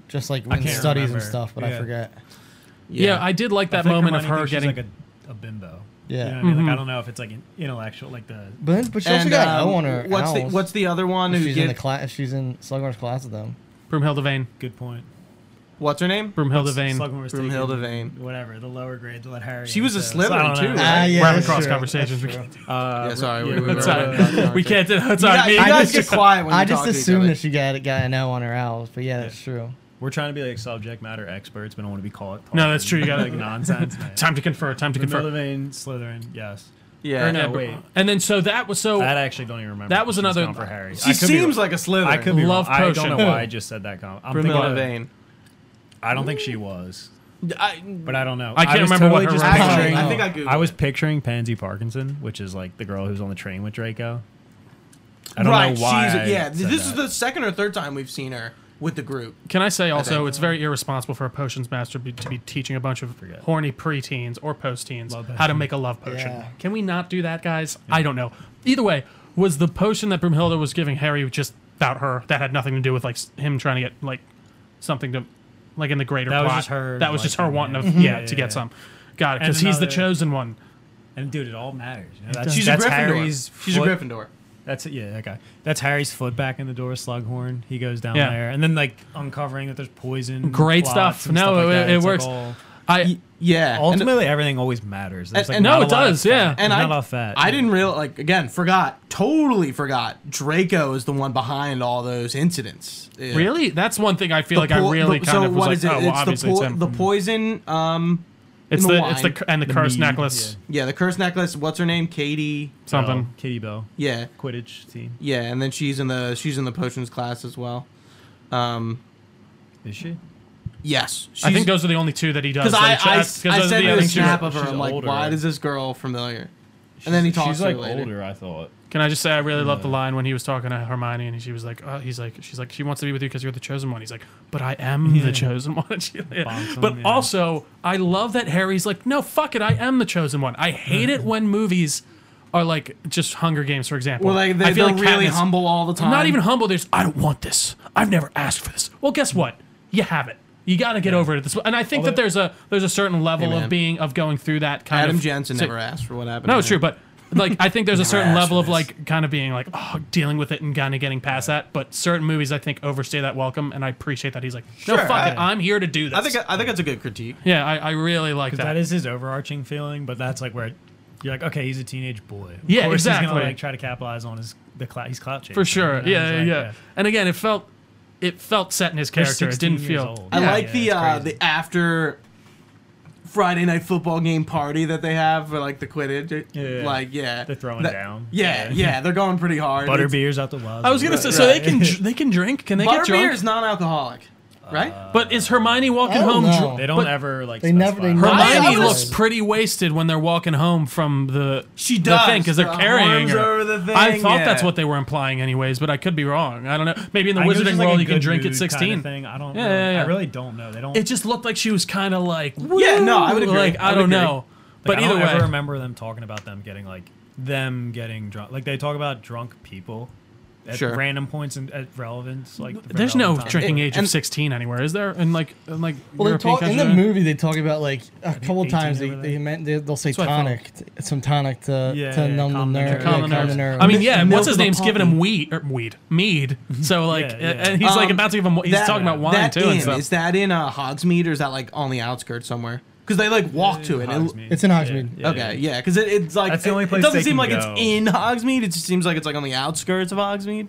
Just like in
can't
studies and
remember.
stuff, but I
Yeah.
forget.
yeah, I did like
I
that
think
moment of
Hermione
her
thinks she's
getting. Mm-hmm.
like a, a bimbo.
Yeah.
You know what I mean? Like I don't know if it's like an intellectual, like the
But then, but she also
And,
got
um,
O on her.
What's the
owls.
What's the other one
if
who
she's in the
gets?
class? If she's in Slughorn's class with them.
Broomhilda Vane.
good point.
What's her name?
Broomhilda Vane.
Slughorn was taken,
Broomhilda Vane.
Whatever, the lower grade to let Harry.
She
in,
was a
so- so I
Slytherin,
don't know.
too,
Ah, yeah,
We're having
that's
cross
true.
conversations.
That's
We
true.
Uh,
Yeah, sorry, we-
yeah,
we were-
that's all right.
can't, we can't do That's on me.
you guys
just-
get quiet when
I
you
just
talk to each
assumed
other.
that she got got an O on her owls, but yeah, that's true.
We're trying to be like subject matter experts, but I don't want to be called.
No, that's true. You got
like nonsense. man.
Time to confer. Time to
Broomhilda
confer.
Vane, Slytherin. Yes.
Yeah.
Or no,
Yeah,
wait.
And then so that was so
I actually don't even remember.
Oh, That was
She's
another-
gone for Harry.
She
I could be
seems
wrong.
like a Slytherin.
I could be
Love
wrong. I
potion.
don't know why I just said that comment. I'm thinking
Brumilla
of-
Vane.
I don't think she was,
I,
but I don't know.
I can't
was
remember what
totally
her
just
rank was.
actually,
Oh.
I think I Googled.
I was picturing Pansy Parkinson, which is like the girl who's on the train with Draco. I
it.
don't
right.
know why.
she's- yeah.
I
This
said
is
that.
the second or third time we've seen her with the group.
Can I say also,
think.
it's very irresponsible for a potions master be, to be teaching a bunch of
Forget.
horny preteens or post-teens
Love
how to make a love potion.
Yeah.
Can we not do that, guys? I don't know. Either way, was the potion that Broomhilda was giving Harry just about her? That had nothing to do with like s- him trying to get like something to like in the greater
That was
plot.
just her
That was just her
liking
wanting
it.
to yeah,
Yeah,
to
yeah,
get
yeah.
some. Got it
And
because he's the
another-
chosen one.
and dude, it all matters. you know? that's
She's
that's
a Gryffindor.
Harry's.
She's
foot-
a Gryffindor.
That's it. Yeah, that guy. That's Harry's foot back in the door. Slughorn. He goes down
Yeah.
there, and then like uncovering that there's poison.
Great
plots
stuff.
and
No,
like
it-
that.
it
It's, like,
works.
all-
I
Yeah. and-
ultimately, everything always matters.
and-
There's, like,
and-
not
No,
a
it
lot of
does,
fat.
yeah.
There's
and I,
not a lot of fat.
I didn't real like again forgot totally forgot Draco is the one behind all those incidents. Yeah.
really that's one thing I feel
The
like
po-
I really
the-
kind
so
of was
what
like,
is it?
oh, well,
It's
obviously
the, po-
it's him.
the poison. Um,
it's
in the
the it's the
wine.
cur- and the,
The
cursed
mead,
necklace
yeah, the curse necklace. What's her name? Katie.
something.
Bell, Kitty Bell.
Yeah,
Quidditch team.
yeah, and then she's in the she's in the potions class as well. Um,
Is she?
yes, she's,
I think those are the only two that he does.
because
that
I
he
I,
ch-
I,
that's 'cause those are
sent
the
you
other
a
two
snap
that-
of her.
she's
I'm like,
older,
why
right?
does this girl familiar? and then he talks
She's
to her
like
later.
older. I thought.
Can I just say I really love the line when he was talking to Hermione and she was like, oh, he's like, she's like, she wants to be with you because you're the chosen one. He's like, but I am the chosen one. And she- yeah.
Bonks him,
But
yeah.
also, I love that Harry's like, no, fuck it, I am the chosen one. I hate it when movies are like just Hunger Games, for example.
Well, like they,
I feel
they're
like
really
Katniss-
humble all the time.
Not even humble. There's, I don't want this. I've never asked for this. Well, guess what? You have it. You got to get over it. At this, and I think that there's a there's a certain level
Hey,
of
man.
being of going through that kind
Adam
of
Jensen
si-
never asked for what happened.
no,
to
it's true,
him.
but like I think there's a certain
asked
level
for
of
this.
like kind of being like oh, dealing with it and kind of getting past that. But certain movies I think overstay that welcome, and I appreciate that he's like, no,
Sure,
fuck
I-
it, I'm here to do this.
I think I think that's a good critique.
yeah, I, I really like that.
Because that is his overarching feeling, but that's like where it- you're like, okay, he's a teenage boy. Of
Yeah,
course He's
exactly.
gonna like try to capitalize on his the clout. He's clout chasing
for sure.
you know?
Yeah,
He's
yeah,
like,
yeah. And again, it felt it felt set in his character. It
16
didn't
years
feel.
old.
I
Yeah.
like
yeah,
the
it's
uh,
crazy.
the after Friday night football game party that they have for like the Quidditch.
Yeah.
Like yeah,
They're throwing
That-
down.
Yeah, yeah, they're going pretty hard.
Butter
It's-
beers uh, out the wild.
I was gonna say so they can dr- they can drink. Can they get
Butterbeer
drunk? Oh,
is non-alcoholic, right?
Uh,
but is Hermione walking
I don't
home?
know.
dr-
They don't
but
ever like.
They never-
specify.
they never-
Hermione
I- I was-
looks pretty wasted when they're walking home from the
she
the
does
thing because they're
The
carrying
arms
her.
over the thing.
I thought that's
yeah.
what they were implying, anyways, but I could be wrong. I don't know. Maybe in the
I think it was
Wizarding
just, like, a
World, you can
good
drink
mood
at
kinda
sixteen.
thing. I don't.
Yeah,
know.
yeah, yeah.
I really don't know. They don't.
It just looked like she was kind of like,
Yeah, no, I would
"Woo,"
agree.
Like I,
I would
don't
agree.
know, but
Like,
either
I don't ever
way,
remember them talking about them getting like them getting drunk. Like they talk about drunk people at
Sure.
random points and at relevance. Like for
there's no
relevant time.
drinking
It-
age of
and-
sixteen anywhere, is there? In like, in like
Well, they
European
talk in the
countries?
movie. They talk about like a couple
18
times. They,
over
they
there.
meant they, they'll say
That's what I thought.
tonic, t- some tonic to,
Yeah,
to
yeah,
numb the
calm the
nerve.
nerves.
yeah,
Common
Calm
calm the
nerves.
nerves.
I mean, yeah.
Milk
What's his
of the
name's giving
puppy.
him weed or weed, mead? So like,
yeah.
and he's like
Um,
about to give him. He's
That-
talking about wine
that
too and
inn,
stuff.
Is that in uh, Hogsmeade or is that like on the outskirts somewhere? Because they like walk to it. and it-
Hogsmeade.
It's in Hogsmeade.
Yeah, yeah,
okay,
yeah.
yeah, because it, it's like
That's the
it-
only
It
place
doesn't
they
seem
can
like it's
go.
in Hogsmeade. It just seems like it's like on the outskirts of Hogsmeade.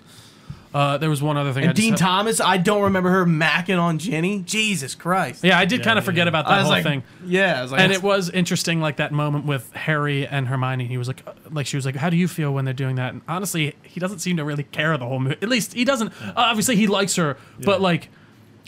Uh, there was one other thing. I
And
just
Dean
had-
Thomas, I don't remember her macking on Jenny. Jesus Christ.
Yeah, I did
Yeah,
kind of
yeah.
forget about
I
that
was
whole
like,
thing.
yeah, I was like,
and it was interesting like that moment with harry and hermione he was like uh, like she was like how do you feel when they're doing that and honestly he doesn't seem to really care the whole movie at least he doesn't uh, obviously he likes her but like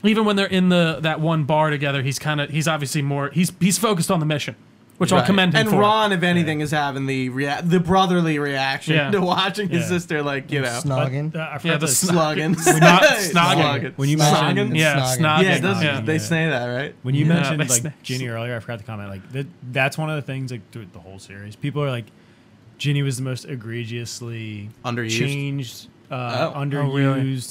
even when they're in the that one bar together he's kind of he's obviously more he's he's focused on the mission which i'll
Right.
commend him
and
for
Ron, if anything, is having the rea- the brotherly reaction
Yeah.
to watching his
Yeah.
sister, like you know,
But,
Snogging.
uh, I forgot
yeah the
to-
sn-
slugging,
not
Snogging.
snogging.
When you
Snogging.
mentioned-
yeah
Snogging.
snogging
yeah, it
Snogging.
does,
Yeah.
they say that right?
When you
Yeah,
mentioned
that's
like
nice.
Ginny earlier, I forgot to comment. Like that, that's one of the things like through the whole series, people are like, Ginny was the most egregiously
Underused.
changed, uh,
Oh.
underused,
Oh, really?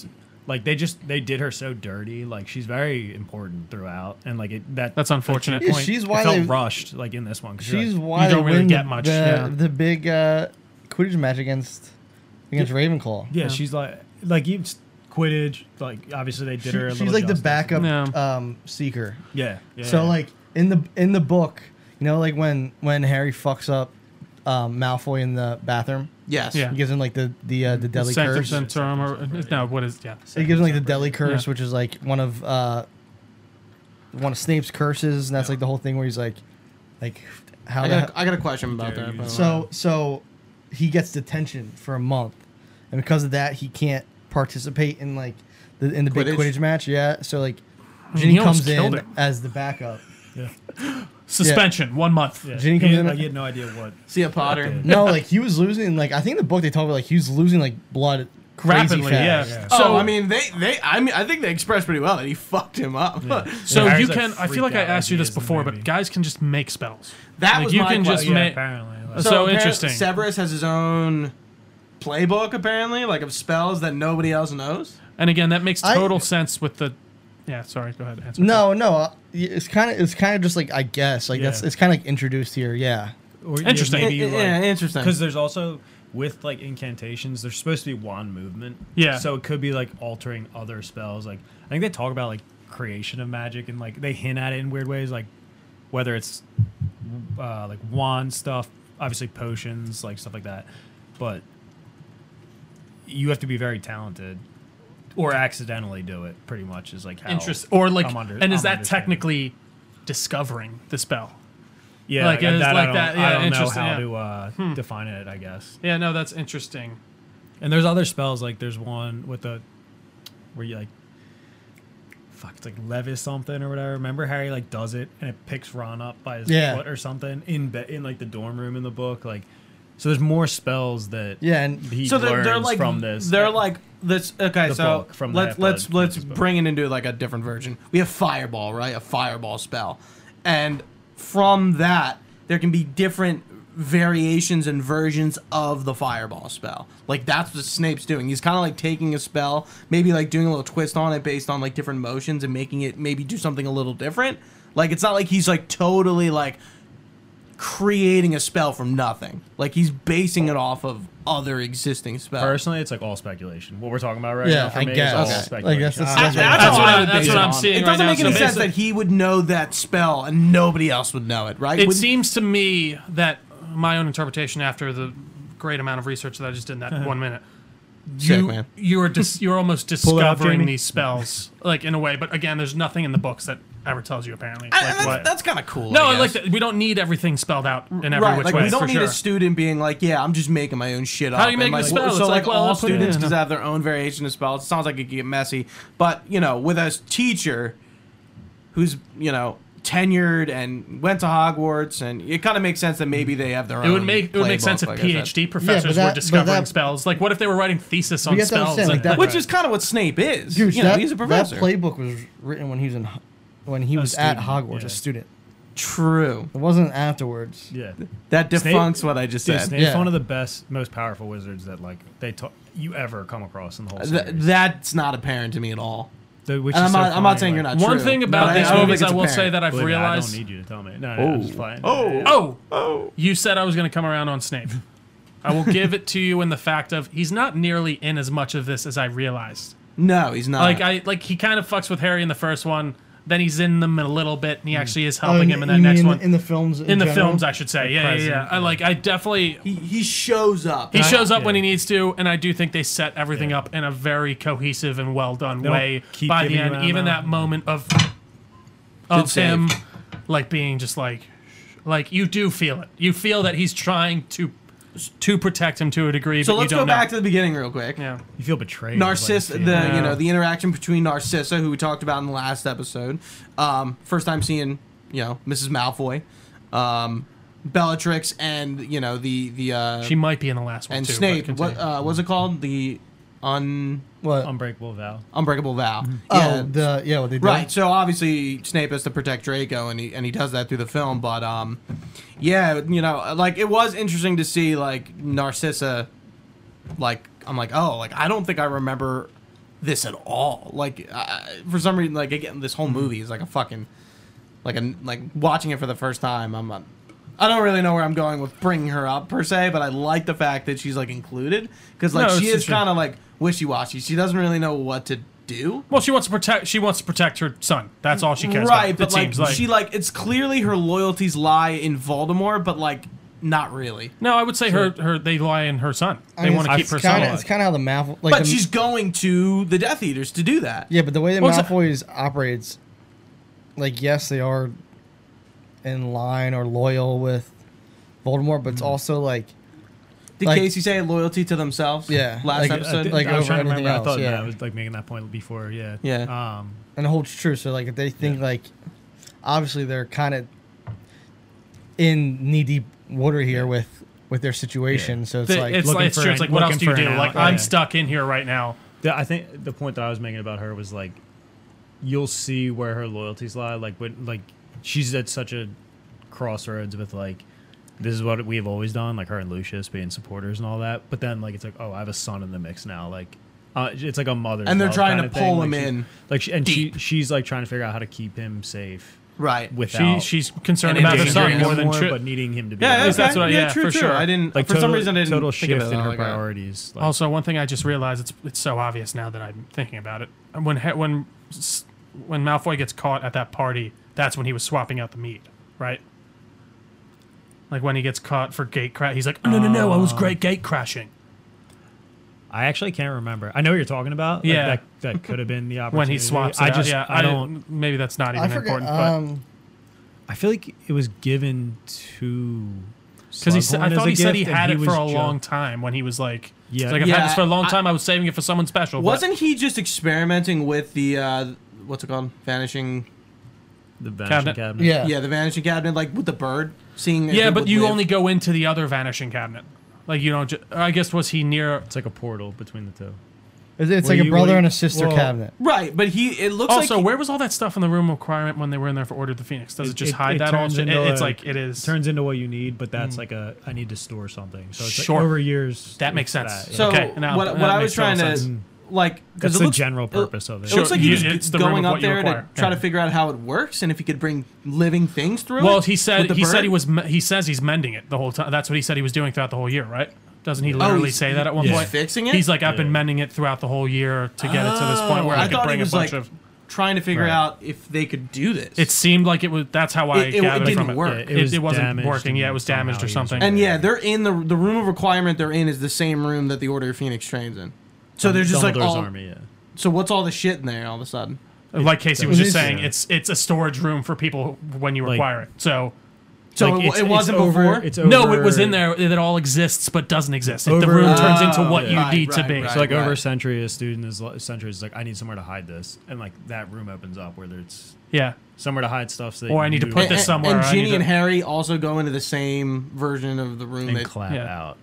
Like they just they did her so dirty. Like she's very important throughout, and like it that
That's unfortunate.
that
Yeah,
point,
she's
it
why
felt
they-
rushed like in this one. 'cause you're
She's
like,
why
you don't
they
really
win
get
the-
much,
The,
yeah.
the big uh, Quidditch match against against Ravenclaw.
yeah, she's like like you Quidditch. Like obviously they did her. A
She- she's
little
like the
justice.
backup
No.
um, seeker.
Yeah, yeah.
So like in the in the book, you know, like when when Harry fucks up um, Malfoy in the bathroom,
Yes.
Yeah.
he gives him like the the uh, the deadly
Sanctum
curse.
Sanctorum or no? What is yeah?
He gives him like the deadly
Yeah.
curse, which is like one of uh, one of Snape's curses, and that's like the whole thing where he's like, like how
I
the
got, a, I got a question about
Dare
that.
you.
by the way.
So so he gets detention for a month, and because of that, he can't participate in like the in the big
Quidditch?
Quidditch match. Yeah, so like
mean,
Ginny
Hmm, he almost
comes in
killed her.
as the backup.
Suspension one month.
yeah.
Ginny
he
comes
had-
in-
like, he had no idea what.
see a Potter.
No, like he was losing. Like I think in the book they talk about like he was losing like blood crazy
Rapidly, yeah.
fast.
So
So
I mean, they they I mean I think they expressed pretty well that he fucked him up.
So
Yeah.
you
Harry's, like,
can. I feel like
freaked
I
out
asked you
as he
this
is in the
before, but
movie.
guys can just make spells.
that
Like
was
you
my
can just
question.
make.
Oh, apparently. Like,
So
appar-
interesting.
Severus has his own playbook apparently, like of spells that nobody else knows.
And again, that makes
I-
total sense with the. Yeah, sorry. Go ahead. Answer
No, no, uh, it's kind of it's kind of just like I guess like that's
Yeah.
it's kind of like introduced here. Yeah,
or, yeah,
Interesting.
maybe,
Yeah,
like-
yeah, interesting.
Because there's also with like incantations, there's supposed to be wand movement.
Yeah.
So it could be like altering other spells. Like I think they talk about like creation of magic and like they hint at it in weird ways, like whether it's uh, like wand stuff, obviously potions, like stuff like that. But you have to be very talented. Or accidentally do it, pretty much is like how
Interest or like,
I'm under-
and is
I'm
that
understanding.
technically discovering the spell?
yeah,
like, it is
that I
like
don't,
that,
I
yeah,
don't know
interesting,
how
yeah. Hmm.
to uh, define it. I guess
Yeah, no, that's interesting.
And there's other spells like there's one with a where you like fuck it's like Levis something or whatever. Remember Harry like does it and it picks Ron up by his
Yeah.
foot or something in be- in like the dorm room in the book. Like so there's more spells that
yeah, and
he
so they're,
learns
they're like
from this.
They're like this. Okay,
The
so
book, from the
let's
Half-Blood
let's let's
Prince's book.
bring it into like a different version. We have fireball, right? A fireball spell, and from that there can be different variations and versions of the fireball spell. Like that's what Snape's doing. He's kind of like taking a spell, maybe like doing a little twist on it based on like different motions and making it maybe do something a little different. Like it's not like he's like totally like creating a spell from nothing. Like he's basing it off of other existing spells.
personally it's like all speculation. What we're talking about right
Yeah,
now for
I
me
guess.
is all
Okay. Like,
speculation.
that's the
Ah, I-
same-
That's,
That's
that's,
what
what,
I-
I,
that's what I'm seeing
It
right
doesn't
now.
make any
So
sense
basically-
that he would know that spell and nobody else would know it, right?
It
Wouldn't-
seems to me that my own interpretation after the great amount of research that I just did in that
Uh-huh.
one minute.
Sick,
you,
man.
You're dis- you're almost
it out,
discovering
Jamie.
these spells, like in a way. But again, there's nothing in the books that ever tells you. Apparently,
I-
like,
that's
what-
kind of cool.
no,
I
I like
guess.
that. We don't need everything spelled out in every
Right,
which
like
way.
we don't
for
need
sure.
a student being like, "Yeah, I'm just making my own shit up."
do you
and,
make a
like,
spell?
So,
It's
like,
like, well,
all
I'll put it
students
in.
just have their own variation of spells. It sounds like it could get messy, but you know, with a teacher who's you know tenured and went to Hogwarts, and it kind of makes sense that maybe they have their
It
own.
would make it would make
playbook,
sense if
like I said.
PhD professors
that-
were
but
discovering
that-
spells. Like, what if they were writing thesis on
You guys
spells?
understand, like,
and-
that-
which is kind of what Snape is.
dude,
you know,
that,
he's a
that
professor.
playbook was written when he was in Ho- when he was at
student,
Hogwarts,
yeah.
a student.
True.
It wasn't afterwards.
yeah. Dude,
That
Snape-
defunts what I just said.
Snape's
Yeah.
one of the best, most powerful wizards that like they talk you ever come across in the whole
Uh, Th-
series.
that's not apparent to me at all.
The- which
And
is
I'm
so
not, I'm not
funny,
saying
like,
you're not
One
true,
thing
but
about
I-
these
I don't
movies,
think
I
it's
will say
apparent.
that I've
Believe me,
realized.
I don't need you to tell me. No, no, no it's fine. Oh,
Oh, oh! You said I was going to come around on Snape. I will give it to you in the fact of he's not nearly in as much of this as I realized.
No, he's not.
Like I like he kind of fucks with Harry in the first one, then he's in them a little bit, and he actually is helping him in
Um, you
that next
mean
one.
in the films.
in the
general?
films, I should say. Yeah, yeah, yeah.
present,
I like. I definitely.
he, he shows up.
He shows up
yeah.
when he needs to, and I do think they set everything
Yeah.
up in a very cohesive and well done
They'll
way
keep
by the
giving you
end. Even
ammo.
that moment of of
save.
him, like being just like, like you do feel it. You feel that he's trying to to protect him to a degree.
so
but
let's
you
go
don't know.
back to the beginning real quick.
yeah.
you feel betrayed.
Narciss, the
like, seeing that.
you know the interaction between Narcissa, who we talked about in the last episode, um, first time seeing you know Mrs. Malfoy, um, Bellatrix, and you know the the uh,
She might be in the last one
and
too. but
Snape. What
continue.
uh, was it called? The un
What?
um,
unbreakable vow.
unbreakable vow.
Mm-hmm.
oh, the yeah, what they did.
Right. So obviously Snape has to protect Draco, and he and he does that through the film. But um, yeah, you know, like it was interesting to see like Narcissa, like I'm like oh like I don't think I remember this at all. Like I for some reason, like again, this whole movie is like a fucking like a like watching it for the first time. I'm not, I don't really know where I'm going with bringing her up per se, but I like the fact that she's like included because like
No,
she
it's
is
true.
kind of like wishy washy. She doesn't really know what to do.
Well, she wants to protect. She wants to protect her son. That's all she cares
right,
about.
but
It
like,
seems
she like it's clearly her loyalties lie in Voldemort, but like not really.
no, I would say her her they lie in her son. They
I mean,
want to
it's-
keep her
it's
son.
kinda,
alive.
It's kind of how the Malfoy. Like
But
the,
she's going to the Death Eaters to do that.
yeah, but the way that
Well, it's-
Malfoy's operates, like yes, they are in line or loyal with Voldemort,
Mm.
but it's also like
Did
Like-
Casey say loyalty to themselves?
Yeah,
Last
like- uh,
episode.
like-
I was
over
trying to
anything
remember. I
else,
thought
yeah.
I was like making that point before. Yeah.
uh,
Yeah.
Um,
and it holds true. So like if they think like, obviously they're kind of in knee deep water here with with their situation. So it's
Th-
like
it's
looking
like, it's
for
true.
an-
It's like what else
looking
do you
for
do?
an
Like
outlet.
I'm
Yeah.
stuck in here right now.
Yeah, I think the point that I was making about her was like, you'll see where her loyalties lie. Like when, like she's at such a crossroads with like, this is what we have always done. Like her and Lucius being supporters and all that. But then like it's like, oh, I have a son in the mix now. Like, uh, it's like a mother.
And they're trying to pull him
like she-
in
Like she, and she she's like trying to figure out how to keep him safe
Right.
She
without.
she's concerned
and
about her son
endangering
him
more than
more,
tri-
but needing him to be.
Yeah,
alive.
least
okay.
that's what I- yeah,
true,
for
true.
sure.
I didn't
Like
for
total,
some reason I didn't
total
think of
shift
it Oh,
in her
like that.
priorities. Like,
Also, one thing I just realized it's it's so obvious now that I'm thinking about it. When he- when s- when Malfoy gets caught at that party, that's when he was swapping out the meat, right? Like when he gets caught for gate crash, he's like, "Oh." "No, no, no, I was great gate crashing."
I actually can't remember. I know what you're talking about. Like,
Yeah.
that, that could have been the opportunity.
When he swaps, it
I
out.
just
yeah,
I don't.
Maybe that's not
I
even
forget.
important, but
um,
I feel like it was given to
because he, said- I
Slughorn as
thought
a
he said he
gift, and
had it
was
for a
ju-
long time when he was like,
Yeah.
"It's like I've
Yeah,
had this for a long
I-
time. I was saving it for someone special." but-
Wasn't he just experimenting with the uh what's it called? Vanishing
The
Cabinet.
vanishing cabinet.
yeah,
Yeah, the vanishing cabinet, like with the bird seeing if
yeah,
it
but
would
you
live.
only go into the other vanishing cabinet. Like you don't. Ju- I guess was he near?
It's like a portal between the two.
It's, it's
Were
like a
you-
brother
were you-
and a sister
well,
cabinet.
Right, but he it looks
also,
like
where was all that stuff in the room requirement when they were in there for Order of the Phoenix? Does it,
It-
just
it-
hide
it
that all?
turns
shit? It-
into
it's
a-
like it is.
Turns into what you need, but that's like a I need to store something. So it's
Mm. Sure.
like over years.
That makes
it's
sense.
that, yeah.
so
okay, now-
what,
that
what I
makes
was trying
total
to
sense.
like
That's
it
the
looks-
general
it-
purpose of it.
It looks
Sure,
like he
you-
was
it's the room
going
of
up
what you
there to
require.
try to
Yeah.
figure out how it works and if he could bring living things through.
Well,
it
he
with
said
the
he said he
bird.
was me- he says he's mending it the whole time. That's what he said he was doing throughout the whole year, right? Doesn't he literally
Oh, he's-
say that at one
he's
point?
fixing it?
He's like, I've been
Yeah.
mending it throughout the whole year to get it to this point where
Oh,
I,
I
could
thought he
bring a
was,
bunch
like-
of.
trying to figure
Right.
out if they could do this.
It seemed like it was. That's how I
It- it- it
gathered
didn't
from it.
work.
It,
It was
it wasn't
damaged
working. Yeah, it
and
was damaged or
somehow he was
something.
And yeah, they're in the the room of requirement they're in is the same room that the Order of Phoenix trains in. So they're just like
Dumbledore's
all,
army. Yeah.
So what's all the shit in there all of a sudden?
like Casey was
It
just
is-
saying,
yeah.
it's it's a storage room for people when you
Like-
require it. So
So
Like,
it-
it's-
it,
it's
wasn't
over-
before.
It's
no, it
over-
was in there. It all exists but doesn't exist. It- the
Over-
room turns
Oh,
into what you
right,
need to
right,
be.
right.
So like over a
Right.
century, a student is li- century is like I need somewhere to hide this, and like that room opens up where there's
Yeah.
somewhere to hide stuff. So they
Or
can
I need to
move
put
it
this
and-
somewhere,
And
I need
Ginny
to-
and Harry also go into the same version of the room.
and
that,
clap
Yeah.
out.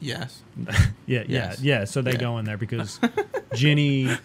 yes.
Yeah, yeah,
Yes.
yeah. So they
Yeah.
go in there because Ginny,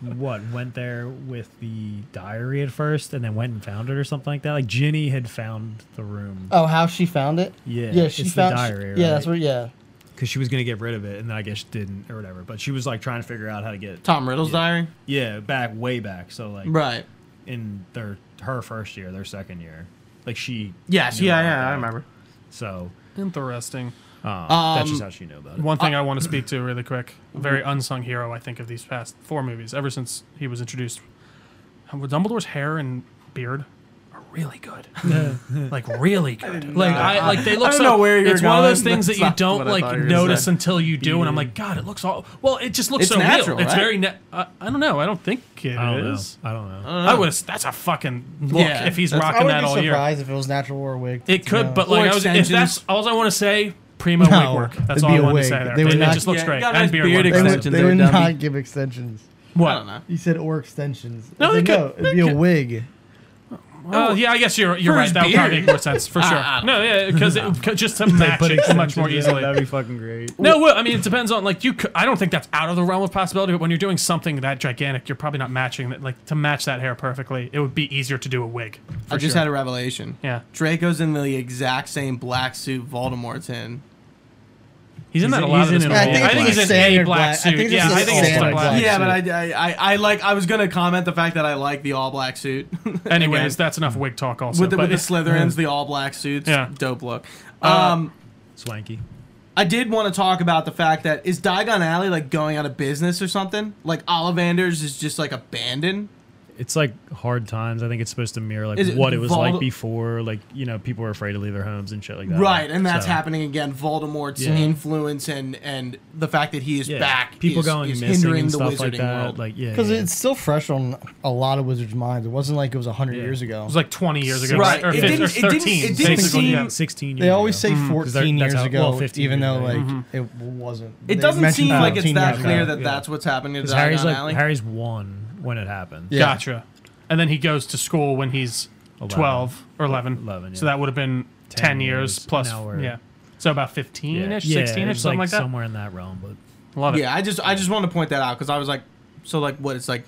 what went there with the diary at first, and then went and found it or something like that. Like Ginny had found the room
Oh, how she found it?
Yeah,
yeah, she
it's the
found.
diary,
she- Yeah, that's
right?
what. Yeah,
because she was gonna get rid of it, and then I guess she didn't or whatever. But she was like trying to figure out how to get
Tom Riddle's diary.
yeah back way back. So like
Right.
in their her first year, their second year, like she
Yes.
knew
Yeah.
about
Yeah. I
that.
remember.
So
Interesting.
um, that's just how she knew about it.
One thing
Uh,
I want to speak to really quick,
Mm-hmm.
a very unsung hero, I think, of these past four movies, ever since he was introduced. With Dumbledore's hair and beard are really good. like really good. Like I like they look
I don't
so
know where you're
it's one of those
going.
things that
That's
you
not
don't
what I thought
like
you were
notice
saying.
until you do and I'm like god it looks all well it just looks
It's
so
natural,
real. It's
right?
very na- I, I don't know. I don't think it is. Uh,
I don't know. I don't know.
I would have that's a fucking look
Yeah.
if he's
That's-
I
rocking
would
that
be
all year.
surprised if it was natural or a wig.
It
to be
could,
honest.
but like I was, if
extensions.
that's all I want to say, primo
No,
wig work. That's
it'd
all
be
I
a
wanted
wig.
to say there.
They would
it
not-
just looks
Yeah,
great.
got
And
nice
beard, work.
beard
they would,
extensions
they
there,
would
dummy.
not give extensions.
What?
I don't know.
You said or extensions.
No,
I
they
said,
could-
No, it'd
they
be a
could.
wig.
Uh, yeah, I guess you're you're
For
right.
his
That would probably
beard.
make more sense for sure. No, yeah, because just to match
Put
it much more
extensions in,
easily.
That'd be fucking great.
No, well, I mean it depends on like you. Could, I don't think that's out of the realm of possibility. But when you're doing something that gigantic, you're probably not matching that. Like to match that hair perfectly, it would be easier to do a wig. For
I just
sure.
had a revelation.
yeah.
Draco's in the exact same black suit Voldemort's in.
He's in
He's
that a
in-
lot
he's
of this
in
movie. I
an all
think,
black.
he's in a
Standard
black
black. I
suit.
think it's
yeah,
just
I
a
think it's in
standard
a black
black.
suit.
yeah, but
suit.
I, I, I, I like. I was gonna comment the fact that I like the all black suit.
Anyways,
Again,
that's enough wig talk. Also,
with the,
but
with the Slytherins, the all black suits,
Yeah.
dope look.
Uh,
Um,
Swanky.
I did want to talk about the fact that is Diagon Alley like going out of business or something? Like Ollivanders is just like abandoned.
It's like hard times. I think it's supposed to mirror like
Is it
what it was
vol-
like before. Like you know, people were afraid to leave their homes and shit like that.
Right, and that's
Uh, So,
happening again. Voldemort's
Yeah.
influence and and the fact that he is
yeah.
back.
People
is,
going
is
missing
hindering
and
the
stuff
wizarding
like that.
world.
Like yeah,
Because
yeah.
it's still fresh on a lot of wizards' minds. It wasn't like it was 100 years ago.
It was like 20 years ago,
Right.
Or,
It
15,
didn't-
or
it didn't-
13.
it didn't
basically,
seem-
yeah.
16 years
They always
ago. Mm.
say 14
Mm-hmm. that's
years
how-
ago,
well, 15
even
years
though
ago,
like
yeah.
Mm-hmm.
it wasn't.
it
They
doesn't
mentioned
seem like it's
14
that
years
clear
ago.
that that's what's happening to
Because
Diagon
Harry's like
Alley.
Harry's one when it happened.
Yeah.
Gotcha. And then he goes to school when he's 12 or 11.
11,
So
yeah.
that would have been 10,
10
years,
years.
plus.
Now we're-
Yeah. So about 15 ish, 16 ish,
it's,
something like, that.
Somewhere in that realm, but
Love it.
yeah, I just I just wanted to point that out because I was like, so like what? It's like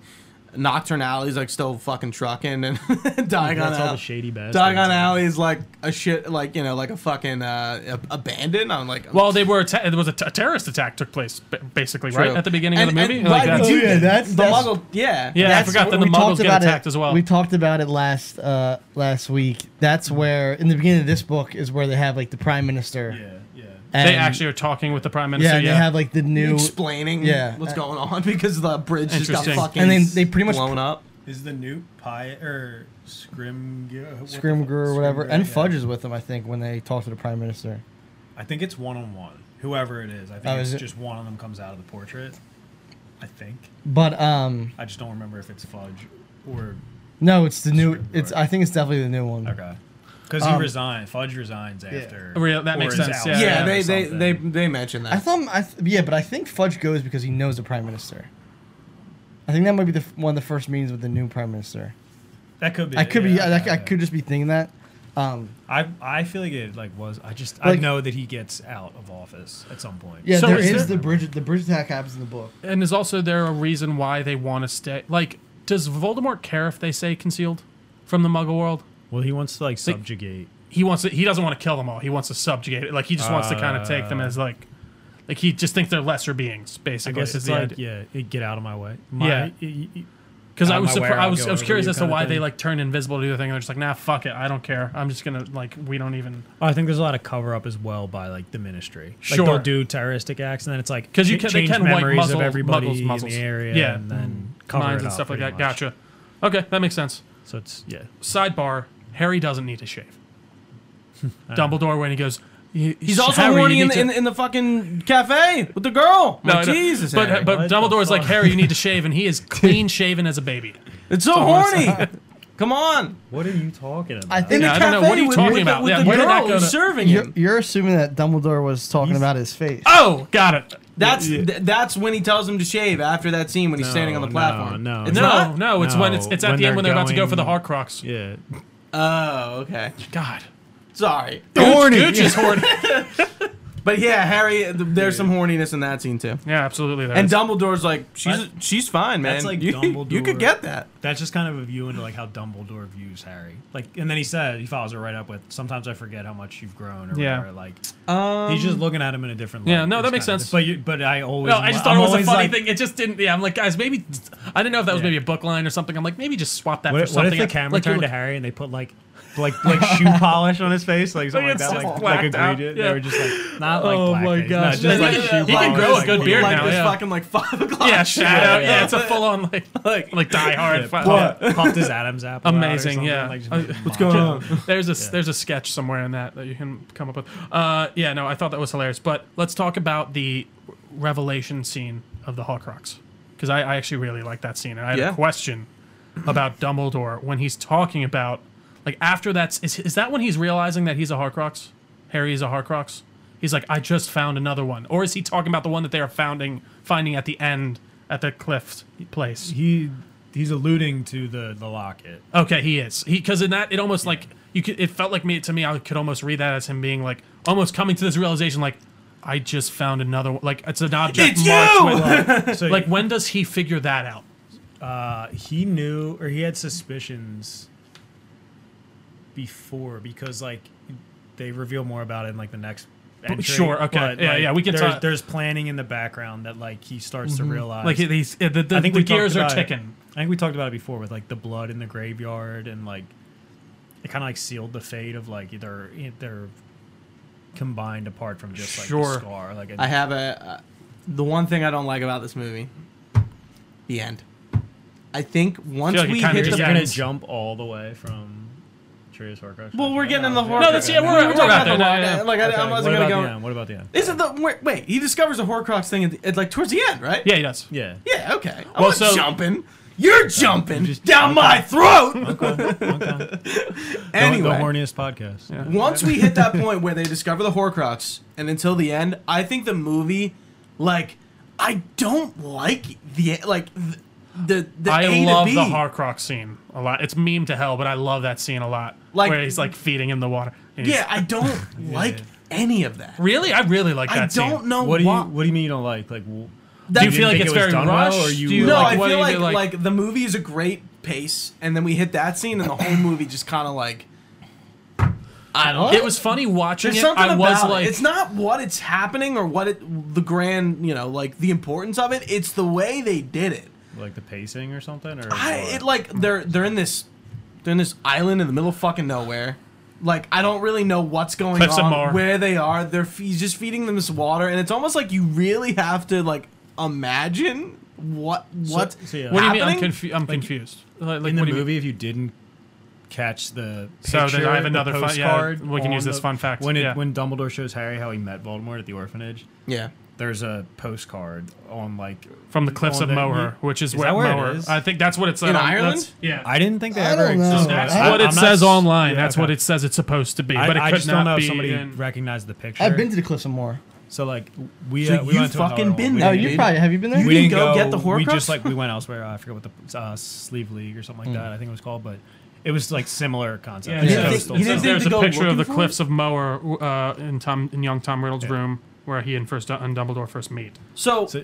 Nocturne Alley's like still fucking trucking and Diagon
that's all the
Alley.
shady bastards.
Diagon Alley is like a shit, like you know, like a fucking uh, a- abandoned. I'm like,
Well, they were. atta- It was a, t- a terrorist attack took place, ba- basically, right
True.
at the beginning of
And-
the movie.
and-
Like
right,
that.
we do- yeah, that's-
the
that's-
Muggle. Yeah,
Yeah, I forgot that the
we
Muggles
talked
get
about
attacked
it-
as well.
We talked about it last uh, last week. That's where in the beginning of this book is where they have like the prime minister.
Yeah, yeah.
they
and-
actually are talking with the prime
yeah,
minister.
and
Yeah,
they have like the new
explaining
Yeah.
what's going on because the bridge just got
Interesting.
fucking
And then they pretty much-
blown up.
Is the Newt Pie or Scrim
Scrimgeour or whatever, and Fudges with them. I think when they talk to the prime minister.
I think it's one on one. Whoever it is, I think
Oh,
it's
is it?
just one of them comes out of the portrait. I think
But um,
I just don't remember if it's Fudge or
no, it's the new. It's
Scrimgeour.
I think it's definitely the new one.
okay, because
Um,
he resigned. Fudge resigns after.
Real- that
or
makes
is out
sense, Oh, yeah,
or
Yeah,
yeah,
they,
something.
they they they mentioned that.
I thought I th- yeah, but I think Fudge goes because he knows the prime minister. I think that might be the f- one of the first meetings with the new prime minister.
that could be.
I could be
yeah,
I, I,
yeah.
could just be thinking that. Um,
I I feel like it like was. I just I
Like-
know that he gets out of office at some point.
yeah,
So
there
is
is
there-
the bridge. The bridge attack happens in the book.
and is also there a reason why they want to stay? Like, does Voldemort care if they say concealed from the Muggle world?
Well, he wants to like subjugate.
he wants to, he doesn't want to kill them all. He wants to subjugate it. Like he just wants to kind of take them as like like he just thinks they're lesser beings
I
basically.
guess it's
the
like
idea.
yeah, it- get out of my way.
Yeah.
My, yeah,
Cuz
out
I
of
was
my
surprised
way,
I
I'll
was
go
I was
over
curious
you
as to
kinda
why they
thing.
like turned invisible to do the thing. They're just like, "Nah, fuck it. I don't care. I'm just going to like we don't even
I think there's a lot of cover up as well by like the ministry. Like,
Sure.
they'll do terroristic acts, and then it's like
'Cause you
ch-
can- they
change
can white
memories
muzzle-
of everybody
muggles muzzles.
in the area,
Yeah.
and then
Mm.
cover
mines
it
and
up
stuff like
pretty
that."
much.
Gotcha. Okay, that makes sense.
So it's yeah,
Sidebar, Harry doesn't need to shave. Dumbledore when he goes
He's also horny in the, in, in the fucking cafe with the girl. No,
no, no.
Jesus,
but
Harry.
but
What the
Dumbledore's like
fuck?
Harry, you need to shave, and he is clean shaven as a baby.
it's so horny. Come on,
What are you talking about?
I
in
think
Yeah,
the
I
cafe
don't know. What are you
with,
talking
with
about?
The, with
Yeah,
the
where did that
girl
go
who's
to-
serving
You're,
him.
you're assuming that Dumbledore was talking about his face.
Oh, got it.
That's th- that's when he tells him to shave after that scene when he's standing on the
No,
platform.
no,
it's
no,
not.
no, it's when it's
No,
it's at
when
the end
they're
when they're about to go
going-
for the Horcrux.
yeah,
Oh, okay.
God.
Sorry,
Horny.
Gooch is horny.
but yeah, Harry. th- There's some horniness in that scene too.
Yeah, absolutely. There
And
is.
Dumbledore's like, she's
What?
she's fine, man.
That's like
you, You could
Dumbledore.
get that.
That's just kind of a view into like how Dumbledore views Harry. Like, and then he said he follows it right up with, "Sometimes I forget how much you've grown," or
Yeah.
whatever. Like,
Um,
he's just looking at him in a different. light.
Yeah, no, that
It's
makes
kinda-
sense.
But you, but I always.
no, I just thought
I'm
it was a
always
funny
like-
thing. It just didn't. Yeah, I'm like, guys, maybe I didn't know if that was
Yeah.
maybe a book line or something. I'm like, maybe just swap that
What,
for
if- what
something.
if the camera
like, you're
turned to
like-
Harry and they put like like like shoe polish on his face, like something like
it's
that,
just
like like
blacked out,
egregious?
yeah.
They were just like not like
Oh my
blackface,
gosh,
no, just
that's
like
like-
shoe
he can
polish,
grow a
like,
good beard
like
now,
This
yeah.
fucking like five o'clock.
Yeah, shout out. Yeah,
yeah.
it's a full on like like, die hard.
Yeah,
fuck.
puffed- puffed his Adam's apple. out or
Amazing,
something,
yeah.
like, just
Uh,
made him
what's
mock
going
it.
on? There's a there's a sketch somewhere in that that you can come up with. Uh, yeah, no, I thought that was hilarious. But let's talk about the revelation scene of the Horcrux because I, I actually really like that scene. And I had
Yeah.
a question about Dumbledore when he's talking about like after that's is is that when he's realizing that he's a Horcrux? Harry is a Horcrux. He's like, I just found another one, or is he talking about the one that they are founding finding at the end at the cliff place?
He he's alluding to the the locket.
Okay, he is. He because in that it almost like you could. It felt like me to me. I could almost read that as him being like almost coming to this realization like. I just found another one. Like it's an object
It's
marked
you!
with.
So
Like when does he figure that out?
uh, he knew or he had suspicions before because like they reveal more about it in like the next
entry.
sure, okay. Yeah, yeah, we can
There's,
talk- Mm-hmm.
there's planning in the background that like he starts to realize.
Like these, the, the,
I think
the
we
gears
talked
are
about it-
ticking.
I think we talked about it before with like the blood in the graveyard and like it kind of like sealed the fate of like either eh, they're combined apart from just like
Sure.
the scar. Like it-
I have a. Uh, the one thing I don't like about this movie, the end. I think once
like it
we
kinda
hit
just
the
is it gonna
ends.
jump all the way from Trius Horcrux?
Well, we're getting in the horror.
No, that's- yeah, we're- we're
talking
about that.
the
Yeah,
long-
yeah.
Like, I, I
what
wasn't gonna
about
go.
the end? What about the end?
Is it the wait, wait? He discovers the Horcrux thing at, the- at like towards the end, right?
Yeah, he does.
Yeah.
Yeah. Okay. I'm
Well,
not
so-
jumping. You're jumping down my throat. anyway,
the horniest podcast. Yeah.
once we hit that point where they discover the Horcrux, and until the end, I think the movie, like, I don't like the like the the, the
I
A
love
to B.
the Harcroc scene a lot. It's meme to hell, but I love that scene a lot.
Like-
where he's like feeding him the water. and he's-
Yeah, I don't like any of that.
really, I really like that
I
scene.
don't know
What do you
why.
What do you mean you don't like? Like, w-
That-
Do you
didn't
feel like
think
it's
it
very
was done
rushed?
well, or you
Do you
were
no,
like,
I
what
feel
do you
like,
like?
like the movie is a great pace, and then we hit that scene, and the whole movie just kind of like I don't.
it was funny watching
There's
it.
something
I
about
was
it.
like,
it's not what it's happening or what it the grand you know like the importance of it. It's the way they did it.
like the pacing or something? Or
I
or-
it, like they're they're in this they're in this island in the middle of fucking nowhere. Like I don't really know what's going
Cliffs of Moher.
on, where they are. They're f- he's just feeding them this water, and it's almost like you really have to like imagine what what
so, yeah.
what do you mean? I'm,
happening?
confu- I'm confused. Like, like,
in
what do you
the
mean?
movie if you didn't catch the
So
picture,
then I have
the
another fun- yeah,
postcard
we can
on
use this
the-
fun fact,
when it,
yeah.
when Dumbledore shows Harry how he met Voldemort at the orphanage.
Yeah.
There's a postcard on like
from the cliffs
on
of
the-
Moher, which is,
Is
where,
that where it
Moher.
is?
I think that's what it said
In
on,
Ireland?
that's- Yeah,
I didn't think they
I
ever
don't know.
existed.
that's
I-
what
I'm
it
not
says
s-
online.
yeah,
that's
okay.
what it says it's supposed to be,
I,
but it
I
could
just
not
don't know
be.
if somebody
in-
recognized the picture.
I've been to the Cliffs of Moore.
so like we
So
uh, we
you
went to another
fucking
one.
been
We
No,
there,
didn't-
you
dude.
probably have you been there?
we didn't
didn't go
go,
get the
We
Horcrux?
just like we went elsewhere. I forget what the uh, sleeve league or something like that. I think it was called, but it was like similar
Yeah.
concept. It's
Yeah.
Mm. You
coastal
didn't
stuff.
think
There's
to
a
go
picture of
looking
the
for
cliffs of Moher uh, in Tom in young Tom Riddle's room where he and first and Dumbledore first meet.
So,
So-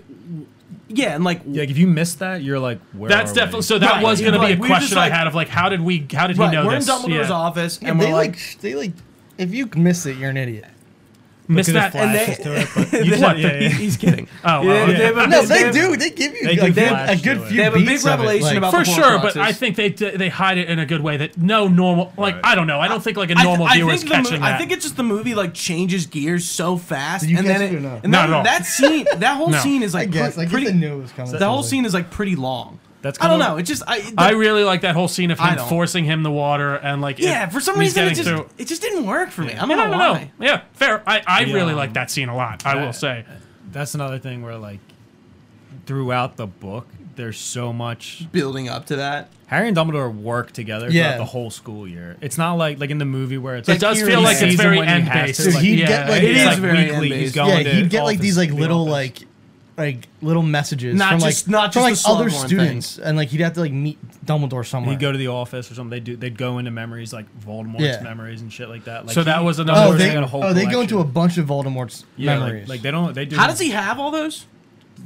yeah, and like
Yeah, like if you missed that, you're like, where
That's
are
definitely
we?
so. That
Right,
was
yeah,
going to be
like,
a
we were just
question
like-
I had of like, how did we? How did he
right,
know
we're
this?
in Dumbledore's
Yeah.
office,
Yeah,
and
they
we're like,
like sh- they like if you miss it, you're an idiot.
Missed
Look
that.
at the
And
flashes
they,
to it, but you
they-
just-
what,
yeah,
the-
yeah, yeah.
he's kidding.
oh, well,
Yeah,
okay.
they have a-
No,
they
they
have-
do. They give you
They
like,
do
they have a
flash
good
to it.
few.
They have a
beats
big
of it,
revelation
like-
about
for
the
sure, but
Horcruxes.
I think they they hide it in a good way that no normal like I don't know. I don't think like a normal
I,
viewer
I
is
think the mo-
catching
I
that.
think it's just the movie like changes gears so fast,
Did you
and
catch
then
it or no?
and
Not
that,
at all.
that scene, that whole
No.
scene is
I
like
guess.
pre-
I guess
pretty.
I knew it was coming.
the whole scene is like pretty long.
That's
I don't
kinda-
know. It just I, the-
I really like that whole scene of
I
him
don't.
forcing him the water and like it-
yeah. For some
he's
reason, it
getting
just
through-
it just didn't work for me. I'm
Yeah,
not
I don't
why.
know. Yeah, fair. I, I
Yeah,
really
um,
like that scene a lot. I
uh,
will say.
That's another thing where like throughout the book, there's so much
Building up to that,
Harry and Dumbledore work together
Yeah.
throughout the whole school year. It's not like like in the movie where it's
It does
he
feel like
sees
it's
him
very
when he
end
has to,
based.
Dude, he'd
yeah,
get, like-
it's
It is
like
very
weekly. He's
end-based.
going
Yeah,
to
he'd get like
office-
these like
the
little
office.
like like little messages
Not
from like
just- not
from like
just the
other
Slughorn
students, and like he'd have to like meet Dumbledore somewhere.
He'd go to the office or something. They do. They'd go into memories like Voldemort's
Yeah.
memories and shit like that. Like
So that was another-
oh,
Dumbledore's
they
got a whole
oh they go into
collection.
a bunch of Voldemort's
yeah, like-
memories.
Like, they don't. They do.
how does he have all those?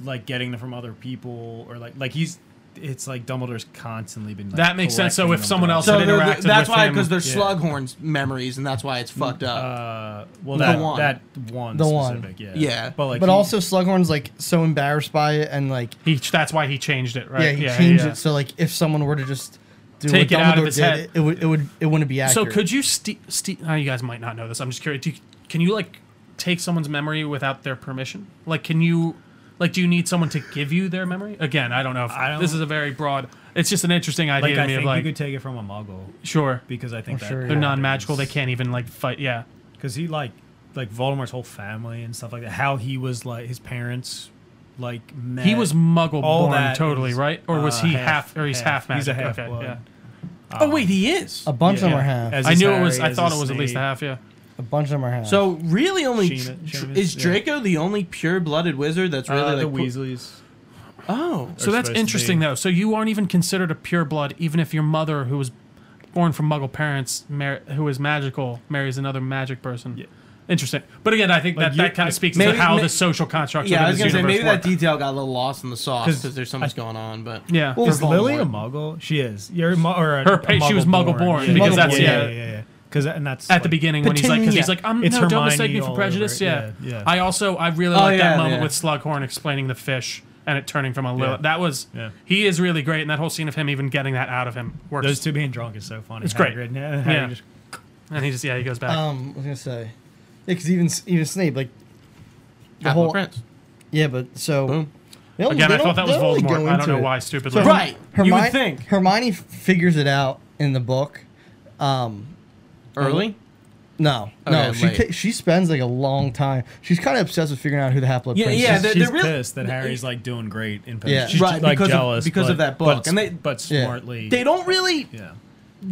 like getting them from other people or like like he's? It's like Dumbledore's constantly been. Like,
That makes sense. So
collecting
if
them
someone
throughout
else-
the-
So
So
it
they're-
interacted
that's
with
why
him.
because they're
Yeah.
Slughorn's memories, and that's why it's fucked up.
Uh, well,
The
that
one.
one. that one.
The one.
specific, Yeah.
Yeah.
But like.
but
he-
also Slughorn's like so embarrassed by it, and like
He that's why he changed it, right?
yeah, he changed it so like if someone were to just do
Take
what
it
Dumbledore
out of his
did,
head.
it, it would it would it wouldn't be
So
accurate.
could you ste- ste- oh, you guys might not know this. I'm just curious. Do you, can you like take someone's memory without their permission? Like can you like do you need someone to give you their memory? Again, I don't know if
I don't-
this is a very broad. It's just an interesting idea
Like
to
I
me of
think
like
you could take it from a Muggle
sure.
because I think
Oh,
that
sure, yeah.
They're non-magical. They can't even like fight. Yeah.
because he like like Voldemort's whole family and stuff like that. How he was like his parents, like met,
He was muggle
all
born
that
totally,
is,
right? Or was
uh,
he half,
half-
or he's half,
half. He's a
magic?
half
okay,
blood.
yeah.
Oh wait, he is.
a bunch of them are half.
As
I
is
knew it was
Harry,
I
as
thought
is
it was at least a
Snape.
half, yeah.
a bunch of them are half.
So really, only
Sheena- Seamus,
is
yeah.
Draco the only pure-blooded wizard that's really
Uh,
like
the
pu-
Weasleys.
Oh,
So that's
supposed to
interesting
be-
though. So you aren't even considered a pure blood even if your mother who was born from muggle parents mar- who is magical marries another magic person. Interesting. But again, I think
Like,
that,
you-
that kind of speaks
maybe-
to how
may-
the social constructs
yeah, I
yeah,
was
of
gonna
this
say
universe
maybe that
work.
detail got a little lost in the sauce
'Cause
because there's so much going on. But
yeah.
Well,
Is Lily a
Voldemort.
muggle? She is. You're a mu- or a,
Her
a
pa- she was muggle born,
Yeah,
because
muggle
that's-
born,
yeah.
yeah, yeah, yeah. Because and that's
at the
like-
beginning when he's like, because
Petunia.
he's like, um,
It's
no, don't mistake
Hermione
me
all
for
over
prejudice.
it.
Yeah.
Yeah, yeah.
I also I really
Oh,
like
yeah,
that moment
yeah.
with Slughorn explaining the fish and it turning from a little.
Yeah.
That was
Yeah.
he is really great, and that whole scene of him even getting that out of him works.
those two being drunk is so funny.
It's great.
Hagrid,
Yeah.
Hagrid just-
and he just yeah he goes back.
Um, I was gonna say, because even even Snape, like the
Half-Blood
whole
Prince.
yeah, but so
Boom.
they don't-
Again,
they
I thought
don't-
that was
they don't really go
Voldemort. I don't
into
know
it.
why stupidly.
So-
Right. you
Hermione,
would think
Hermione f- figures it out in the book. Um,
early.
no, no,
Okay,
she
late.
ta- she spends like a long time. She's kind of obsessed with figuring out who the Half Blood
Yeah,
Prince
yeah,
is.
they're-
she's
they're really-
pissed that Harry's like doing great in
Yeah.
She's
Right,
like
because of-
jealous
because of
but-
that book.
but,
And they-
but
Yeah.
smartly.
They don't really
Yeah,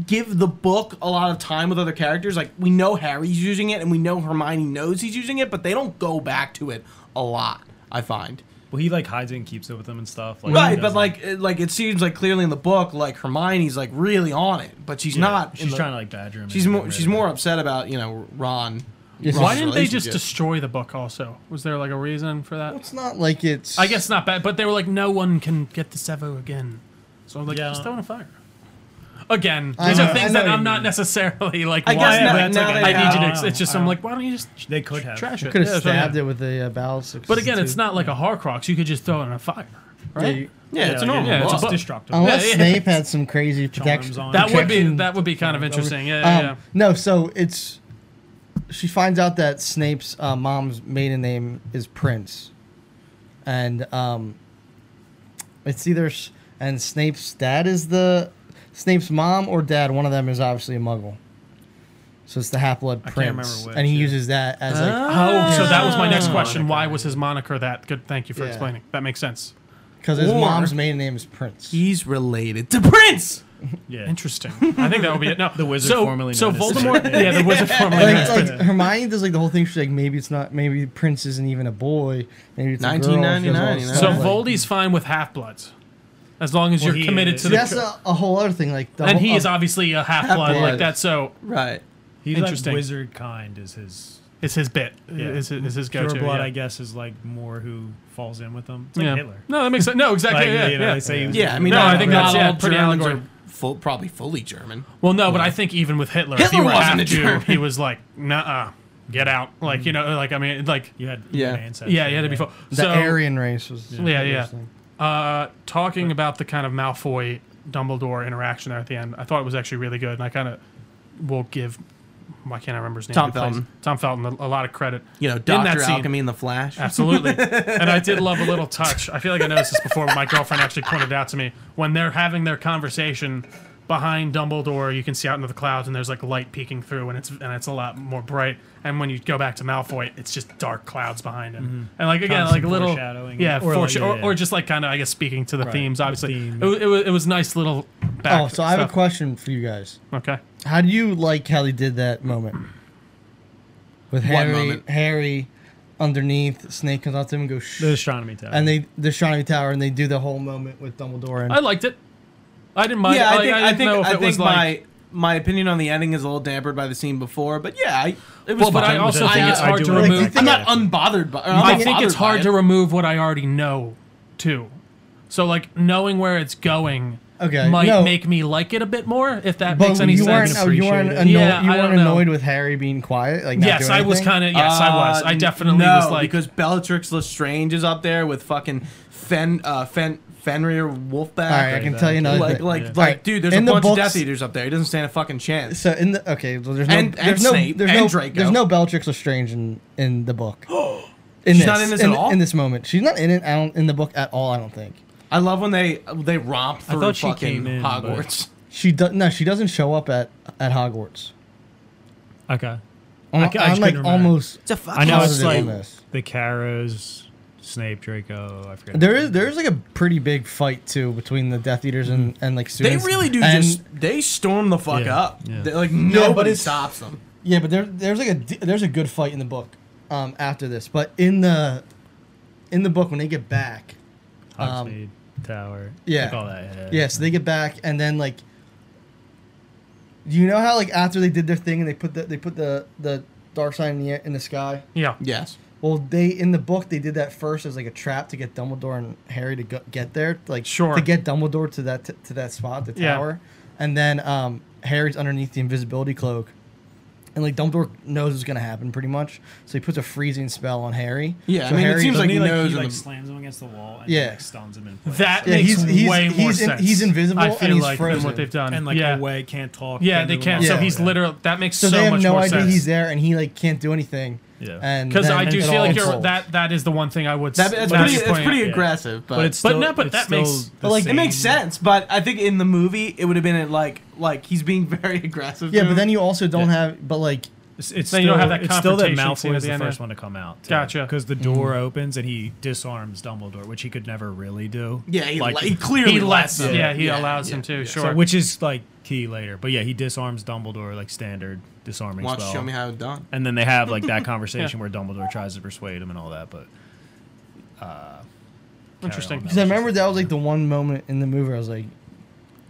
give the book a lot of time with other characters. Like we know Harry's using it, and we know Hermione knows he's using it, but they don't go back to it a lot. I find.
well, he like hides it and keeps it with him and stuff. Like,
Right,
he
but
doesn't-
like, it- like it seems like clearly in the book, like Hermione's like really on it, but she's
yeah,
not.
She's trying to like badger him.
She's more. She's more upset about you know Ron.
Yes,
why
Ron's
didn't they just
relationship.
destroy the book? Also, was there like a reason for that?
It's not like it's.
I guess not bad, but they were like, no one can get this ever again. So I'm like,
Yeah.
just throw it in a fire. Again,
I
these
know-
are
I
things
know
that
what
I'm
you
not necessarily like.
I
I
guess
Oh,
why,
now-
but
now
it's like,
they
I need
have-
you to.
I
Ex-
don't
it's just
know.
I'm like, why don't you just
They could have.
trash it?
could have
Yeah, so-
stabbed it with a uh, Ballistics.
But again, it's not like a Horcrux. You could just throw it in a fire, right?
Yeah, it's a
like,
normal.
yeah,
book.
it's
It's
book.
destructive.
Unless
Yeah, yeah.
Snape had some crazy protection.
Charms on.
that would be
protection-
that would be kind of interesting. Yeah, yeah,
Um,
yeah.
No, so it's she finds out that Snape's uh, mom's maiden name is Prince, and um, it's either s- and Snape's dad is the Snape's mom or dad. One of them is obviously a Muggle, so it's the half blood
can't
Prince,
remember which,
and he
yeah.
uses that as like
Oh, so that was my next question.
Moniker.
Why was his moniker that? Good, thank you for
Yeah.
explaining. That makes sense.
because his
Or-
mom's maiden name is Prince.
He's related to Prince.
Yeah.
Interesting. I think that would be it. No,
The wizard
so,
formerly
so
known as-
Voldemort. yeah, the wizard formerly known
like,
as
like Hermione does like the whole thing. She's like, maybe it's not. Maybe Prince isn't even a boy. Maybe it's a girl. She does all this
1999, you know?
stuff,
So
like-
Voldy's fine with half bloods, as long as
Well,
you're
he
committed
is.
to
See,
the.
that's a, a whole other thing. Like, the
and
whole,
he is
uh,
obviously a half blood like
Half-blood.
that. So
Right.
He's
Interesting.
like wizard kind is his
it's his bit.
Yeah.
Is his, is his
pure
go-to.
blood,
yeah.
I guess, is like more who falls in with them. It's like
Yeah.
Hitler.
No, that makes sense. No, exactly.
Like,
yeah,
you know,
yeah.
they say he was-
Yeah, I mean,
No,
not-
I think
not
that's- yeah,
all
pretty
Germans
allegory.
are Full, probably fully German.
Well, no, but I think even with Hitler, if he
Hitler
were half
wasn't a
Jew,
German.
he was like, nah, get out. Like you know, like I mean, like
You had
Yeah.
human ancestors,
yeah, yeah, to be full.
the
so,
Aryan race was.
Yeah, yeah. Uh, talking about the kind of Malfoy Dumbledore interaction there at the end, I thought it was actually really good, and I kind of will give. Why can't I remember his name?
Tom
He plays-
Felton.
Tom Felton, a, a lot of credit.
You know,
in that
Doctor
scene.
Alchemy and the Flash.
Absolutely. and I did love a little touch. I feel like I noticed this before, but my girlfriend actually pointed it out to me. When they're having their conversation behind Dumbledore, you can see out into the clouds, and there's like light peeking through, and it's and it's a lot more bright. And when you go back to Malfoy, it's just dark clouds behind him. And like again, like
Constant
a little
Mm-hmm. foreshadowing.
yeah,
Or
or,
like, yeah,
or,
yeah.
or just like kind of I guess speaking to the themes. Obviously, It,
themes.
wa- it was it was nice little. Back
Oh, so I have a
stuff.
question for you guys.
Okay.
How do you like how they did that moment with Harry?
moment?
Harry underneath Snake comes out to him and goes, Shh,
The astronomy tower.
and they the Shining Tower, and they do the whole moment with Dumbledore and
I liked it. I didn't mind. it.
yeah, I
Like,
think
I didn't
I think
know if
I
it was
think
like.
my my opinion on the ending is a little dampered by the scene before, but yeah, I, it was.
well, but
fine.
I also think
I-
it's
I
hard
do
to
like
remove.
that.
I'm not unbothered by. I'm
I
not
think it's
bothered by
hard
it.
to remove what I already know, too. So like knowing where it's going
Okay,
might
no.
make me like it a bit more if that
But
makes any
you
sense.
weren't, oh, you weren't,
appreciate
annoyed,
it. Yeah,
you
I
weren't
don't know.
annoyed with Harry being quiet. Like, not
yes,
doing
I was
anything?
kind of. Yes, I was.
Uh,
I definitely
no,
was like.
because Bellatrix Lestrange is up there with fucking Fen uh, Fen Fenrir Wolfback.
All right, I can tell you another
like,
thing.
like, like,
Alright,
dude, there's
in
a
the
bunch of
books-
Death Eaters up there. He doesn't stand a fucking chance.
So in the okay, well, there's no,
And- and
there's no,
Snape,
there's
and
no,
Draco.
there's no Bellatrix Lestrange in in the book. In
She's not in this at all?
In this moment, she's not in it. I don't, in the book at all. I don't think
I love when they they romp through
thought she
fucking
came in, but-
Hogwarts.
she does. No, she doesn't show up at at Hogwarts.
okay.
I'm,
I ca- I just
I'm, like
couldn't remember.
almost.
It's a fucking
I know it's
Positive
like
on this.
the Caros, Snape, Draco. I forget.
There is there is like a pretty big fight too between the Death Eaters and and like
They
students.
really do
And-
just they storm the fuck
Yeah,
up.
yeah.
They- Like nobody
it's-
stops them.
yeah, but there there's like a d- there's a good fight in the book um after this, but in the in the book when they get back, um,
Hogsmeade Tower.
yeah.
Like all that. Yeah.
Yeah, so they get back and then like you know how like after they did their thing and they put the they put the the dark side in the in the sky?
yeah.
Yes.
Well, they in the book they did that first as like a trap to get Dumbledore and Harry to go, get there, like
Sure.
to get Dumbledore to that to that spot, the
Yeah.
tower, and then um, Harry's underneath the invisibility cloak, and like Dumbledore knows what's gonna happen pretty much, so he puts a freezing spell on Harry.
Yeah, I
so
mean, it
Harry
seems
doesn't-
like
he like,
nose
he,
on
like
the-
slams him against the wall and
Yeah.
like stuns him in place.
That
Yeah,
makes
he's- he's-
way more
he's in-
sense.
he's invisible
I feel
and he's
like
frozen.
than what they've done.
and like
yeah.
away can't talk.
yeah,
can't
they
move
can't.
him
So
off.
he's literally that makes
So,
so,
they have
much
no
more
idea
sense.
he's there, and he like can't do anything.
Yeah.
and
Because
then
I do
it
feel
all
like you're,
unfolds.
that that is the one thing I would.
That,
s- that's
that's pretty.
your
It's
point.
pretty
yeah.
aggressive, but,
But it's
But
still,
no, but
it's
that
still
makes-
the
But, like,
it makes
same-
sense. But I think in the movie it would have been like like he's being very aggressive.
Yeah,
to
but
him.
then you also don't
Yeah.
have. But like,
It's, it's
Then
still,
you don't have that
it's still that
confrontation scene
Malfoy
at
is
the
the,
end,
first
yeah.
one to come out.
Gotcha. Mm.
Because the door opens and he disarms Dumbledore, which he could never really do.
yeah, he,
like,
like, he clearly
He lets.
him.
Yeah, he allows him to.
yeah.
Sure.
so- which is like key later. But yeah, he disarms Dumbledore like standard disarming
Why don't you
spell.
show me how it's done?
and then they have like that conversation where Dumbledore tries to persuade him and all that. But
Interesting.
on.
because I remember that was like the one moment in the movie I was like,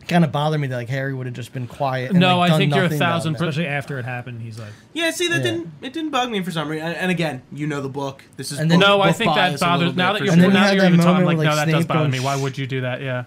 kind of bothered me that like Harry would have just been quiet. And,
No,
like,
I
done
think you're a
nothing about
thousand
it.
per-
especially after it happened, he's like,
Yeah, see that
Yeah.
didn't it didn't bug me for some reason. And, and again, you know the book. This is
And
book,
then-
No, I
book
think that
bias a little
bothers.
bit
Now
for
that you're
sure.
And then
now
you
that
had
you're
that
even talking, I'm like,
moment where,
no,
like,
that does
Snape
bother me.
goes-
Why would you do that? Yeah.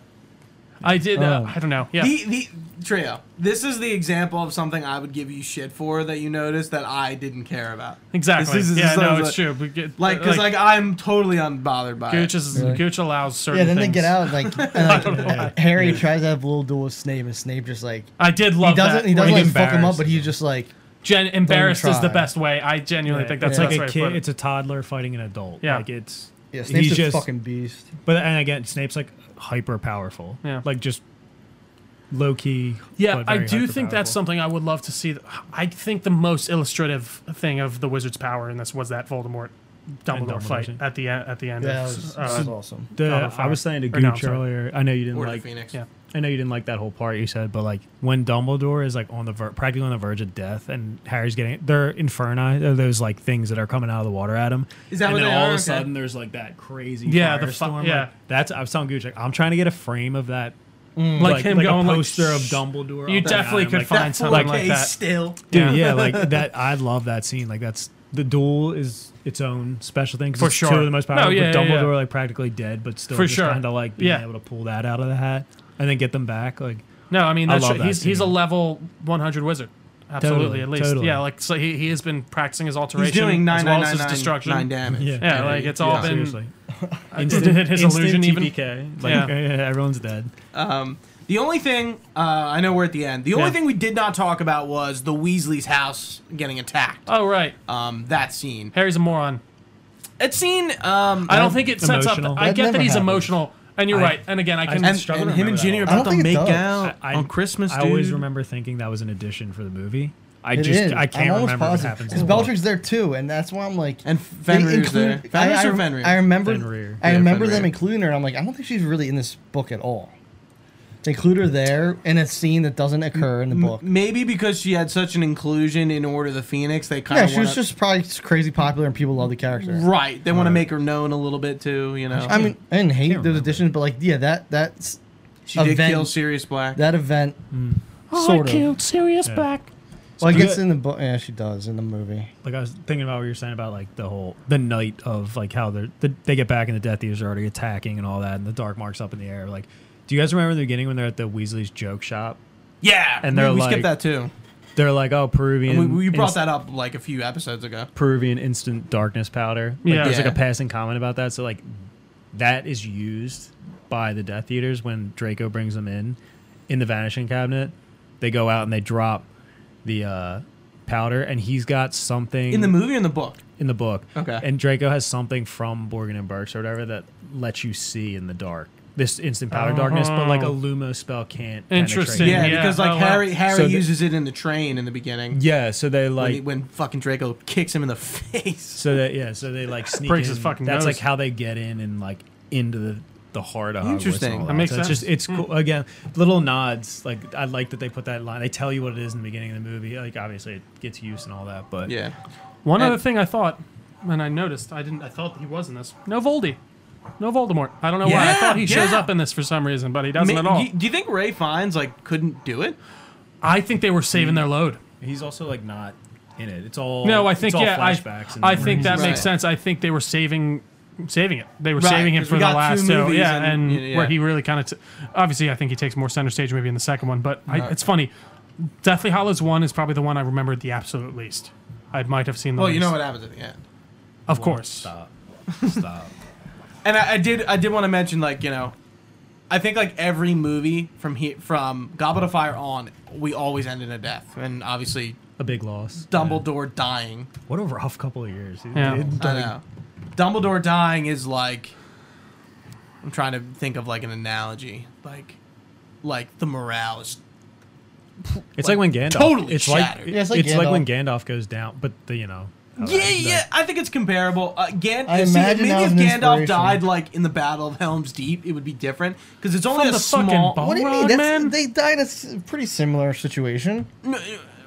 I did. Uh,
Oh.
I don't know. Yeah.
The the trio. This is the example of something I would give you shit for that you noticed that I didn't care about.
exactly.
This is- this
yeah.
is
No,
like-
it's true. We get-
Like, because like, I'm totally unbothered by
Gooch
it.
is
Really?
Gooch allows certain.
Yeah, then they
things.
get out like, and, like Harry tries to have a little duel with Snape, and Snape just like
I did love
he doesn't
that.
he doesn't
where
like
he's
fuck him up,
embarrassed.
but he's just like
Gen- embarrassed is the
try.
best way. I genuinely think that's
it's
the
like
best
a
way to
kid,
put it.
it's a toddler fighting an adult.
Yeah.
like it's
yeah, Snape's
he's
just
just
fucking beast.
But and again, Snape's like hyper powerful.
Yeah.
Like just low key.
Yeah, I do think that's something I would love to see. I think the most illustrative thing of the wizard's power in this was that Voldemort Dumbledore
Dumbledore
fight
scene.
at the end. At the end,
Yeah,
of,
that was,
uh,
that was awesome.
The,
God of
I
Fire.
was saying to
Or no, I'm
Gooch
sorry.
earlier. I know you didn't
Or
like.
the Phoenix.
yeah.
I know you didn't like that whole part you said, but like when Dumbledore is like on the ver- practically on the verge of death, and Harry's getting they're inferni, are those like things that are coming out of the water at him.
Is that
and
what
then
they
all
are?
of a
Okay.
sudden there's like that crazy
Yeah, the fu-
firestorm. like,
yeah.
that's I was telling Gooch like I'm trying to get a frame of that,
Hmm.
like, him going
a
like,
poster of
"Shh."
Dumbledore.
You
up there
definitely
on him,
could
like,
find
That
something like
4K
that.
still.
Dude,
Yeah.
yeah, like that. I love that scene. Like that's the duel is its own special thing. 'cause
For
it's
sure.
two of the most
No,
powerful.
yeah,
but
yeah, yeah.
Dumbledore like practically dead, but still
For
just
sure.
kind of like being
Yeah.
able to pull that out of the hat and then get them back. Like
No, I mean
I
that's
love that
he's he's a
scene.
level 100 wizard. Absolutely,
Totally,
at least
totally.
yeah. Like so, he, he has been practicing his alteration
He's doing
as
nine
well
nine
as
nine
his
nine
destruction.
nine damage.
Yeah.
Yeah, like it's all
Yeah.
been
seriously,
did his illusion even-
TPK. Like
Yeah.
yeah, everyone's dead.
Um, the only thing uh, I know we're at the end. The only
Yeah.
thing we did not talk about was the Weasley's house getting attacked.
Oh right,
Um, that scene.
Harry's a moron.
That scene. Um,
I don't think it sets
Emotional.
up. I
That
get
never
that he's
happened.
emotional, and you're
I-
right. And again, I
I-
can.
I'm
and,
struggling
and
to
him
remember
and
that
Ginny are
one.
I don't
about to
think it
make
does.
out
I- I-
on Christmas.
I always
dude.
remember thinking that was an addition for the movie. I
It
just
is.
I
I'm
can't
almost
remember what
positive.
happens. in
Because
the book.
Belcher's there too, and that's why I'm like.
And
they
Fenrir's there.
include-
Fenris
I, I,
or Fenrir?
I remember.
Fenrir.
I
Yeah,
remember
Fenrir.
them including her, and I'm like, I don't think she's really in this book at all. They include her there in a scene that doesn't occur in the book.
Maybe because she had such an inclusion in Order of the Phoenix, they kind
Yeah,
of
she was just probably just crazy popular, and people love the character.
right. They want to make her known a little bit too. You know,
I mean, I didn't hate those
remember.
additions, but like, yeah, that that's
she did
event-
kill Sirius Black.
that event.
Oh,
sort of.
Sirius
Yeah.
Black.
Well, I
Do
guess
it.
in the book, yeah, she does in the movie.
like I was thinking about what you were saying about like the whole the night of like how they're the, they get back and the Death Eaters are already attacking and all that and the Dark Mark's up in the air. Like, do you guys remember in the beginning when they're at the Weasley's joke shop?
yeah,
and they're
we, we
like-
skipped that too.
They're like, oh, Peruvian.
And we, we brought
inst-
that up like a few episodes ago.
Peruvian instant darkness powder. Like,
Yeah.
there's like
Yeah.
a passing comment about that. So like, that is used by the Death Eaters when Draco brings them in in the Vanishing Cabinet. They go out and they drop the uh, powder, and he's got something
In the movie, or in the book,
in the book.
Okay.
And Draco has something from Borgin and Burks or whatever that lets you see in the dark. This instant powder darkness, but like a Lumo spell can't. penetrate.
Uh-huh. Interesting.
yeah,
Yeah.
because like
Oh, wow.
Harry, Harry
So the-
uses it in the train in the beginning.
Yeah. So they
when,
like.
he- when fucking Draco kicks him in the face.
so that yeah. So they like sneak.
Breaks
in.
his fucking
That's
nose.
like how they get in and like into the the heart of Hogwarts and
Interesting.
all
That
makes
so It's
sense. Hmm.
just it's cool. Again, little nods. Like I like that they put that line. They tell you what it is in the beginning of the movie. Like obviously it gets used and all that, but
Yeah,
One
And-
other thing I thought, and I noticed, I didn't. I thought he was in this. No Voldy, no Voldemort. I don't know why. I
Yeah,
thought he shows
yeah.
up in this for some reason, but he doesn't
Ma-
at all.
Do, you, do you think Ray Fiennes like couldn't do it?
I think they were saving their load.
he's also like not in it. It's all
No, I
it's
think
all
yeah, I,
flashbacks and
I think that
memories.
makes
Right.
sense. I think they were saving, saving it. They were
Right,
saving him
'cause
for
we
the
got two
last two,
movies
yeah,
and-
and,
yeah, yeah.
where he really kind of, t- obviously, I think he takes more center stage maybe in the second one. But I, it's funny, Deathly Hollows One is probably the one I remembered the absolute least. I might have seen the.
Well, Oh, you know
least.
what happens at the end.
Of course.
Stop. Stop.
And I, I did I did want to mention like you know, I think like every movie from he, from Goblet of Fire on, we always end in a death, and obviously
a big loss.
Dumbledore dying.
Yeah. What a rough couple of years. dude.
Yeah.
It-
I know. Dumbledore dying is like. I'm trying to think of like an analogy, like, like the morale is
It's like, when Gandalf.
totally
it's
shattered.
like,
Yeah, it's
it's
like
like when Gandalf goes down, but the you know. how
Yeah,
that-
yeah, I think it's comparable. Uh, Gan-
I
see,
imagine
maybe
that
if
was an
Gandalf
inspiration.
died like in the Battle of Helm's Deep, it would be different because it's only
From
a
the fucking
small.
ball-
What do you mean?
Rod,
That's,
man.
they died in a s- pretty similar situation.
No, uh,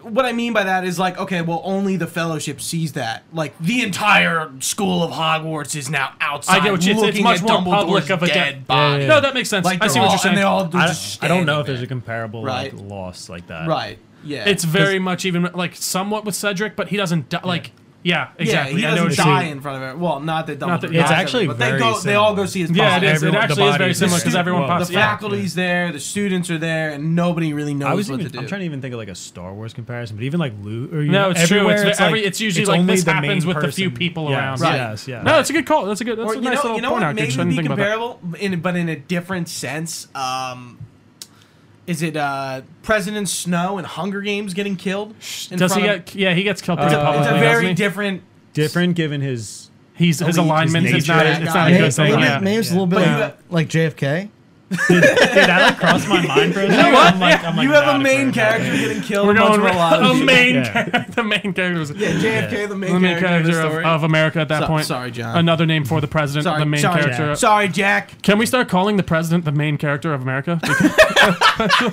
what I mean by that is like, okay, well, only the Fellowship sees that. Like the entire school of Hogwarts is now outside.
I get what you. It's, it's
looking
much
at
more
Dumbledore's
public of a de-
dead body.
yeah.
No, that makes sense.
Like
I see
they're
what
all-
you're saying.
And they all
I
just
don't, I don't know if
standing
there's a comparable
Right.
like loss like that.
there. right. Yeah,
it's very much even like somewhat with Cedric, but he doesn't die, like. Yeah, exactly.
Yeah,
I
he
know
doesn't
what you're
die
saying.
in front of it. Well, not that Dumbledore.
Not that-
dies
It's
in it,
actually
but they
very
go. They all go
similar.
see his
Yeah, it
body.
is.
Every-
it
the
actually is
body
very
is
similar because
different.
everyone
Well,
pops.
The
yeah.
faculty's there, the students are there, and nobody really knows
I was
what
even,
to do.
I'm trying to even think of like a Star Wars comparison, but even like loot or you
No,
know,
it's true.
everywhere
It's,
like-
every, it's usually
it's
like
only
this
the
happens
main
with the few
person.
people
Yes,
around.
Right.
Yes, yeah.
No, it's a good call. That's a good. That's
or
a
you
nice
know,
little
you know
point
what
out.
may
Just didn't
be
think about that.
comparable, in, but in a different sense. Um, is it uh, President Snow and Hunger Games getting killed? in
Does he
front of-
get? Yeah, he gets killed
It's
pretty
a, it's
publicly.
a
doesn't
very
he?
different.
different given his
He's his
elite,
alignment
his
is not.
nature.
It's not a
Yeah,
good
maybe,
thing.
maybe,
Yeah.
maybe it's a little bit
But
like,
you-
like JFK.
Did that like cross my mind for a second?
what?
I'm like, I'm like,
you have
not
a main
very-
character getting killed.
We're
a bunch
going
of
with
reliable
the main
Yeah.
character. The main character was
people. Yeah, JFK, the main,
the main
character,
character
of,
of,
the story.
of America at that
So-
point.
sorry, John.
Another name for the president.
sorry,
the main
sorry,
character.
Jack. Sorry, Jack.
Can we start calling the president the main character of America? Because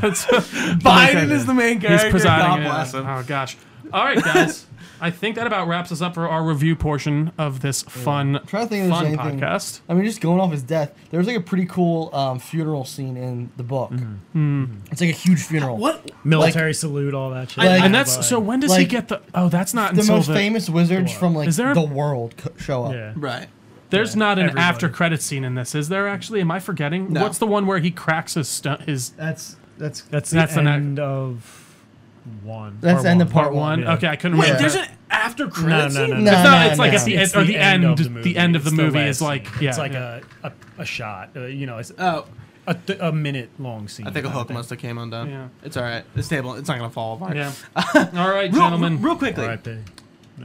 Biden is the main
he's
character.
presiding.
God bless
yeah.
him.
Oh gosh. All right, guys. I think that about wraps us up for our review portion of this fun,
trying to think if
fun
there's anything-
podcast.
I mean, just going off his death, there was like a pretty cool um, funeral scene in the book.
Mm-hmm.
It's like a huge funeral.
What?
military salute, all that shit.
I- Like-
and that's so. When does he
like,
get the? Oh, that's not
The
until
most
the,
famous wizards from like
Is there a-
the world co- show up.
yeah.
Right.
There's not an
everybody.
after credit scene in this, is there? Actually, am I forgetting?
No.
What's the one where he cracks his stu- his
That's that's
That's the
That's the next-
end of one.
that's
Or
the end
one.
of part,
part one?
yeah.
Okay, I couldn't
Wait,
remember.
there's an after
No,
credits.
no, no, no.
No,
it's not. it's like
no.
at the end or the end. the end of the
It's
movie
last
is like
scene.
yeah.
It's like
yeah.
a, a a shot. Uh, you know, it's
Oh,
a, th- a minute long scene.
I think a
kind of
hook
thing.
must have came undone.
Yeah.
It's all right. This table, it's not gonna fall apart.
yeah. All right,
Real,
gentlemen.
real quickly,
R.I.P.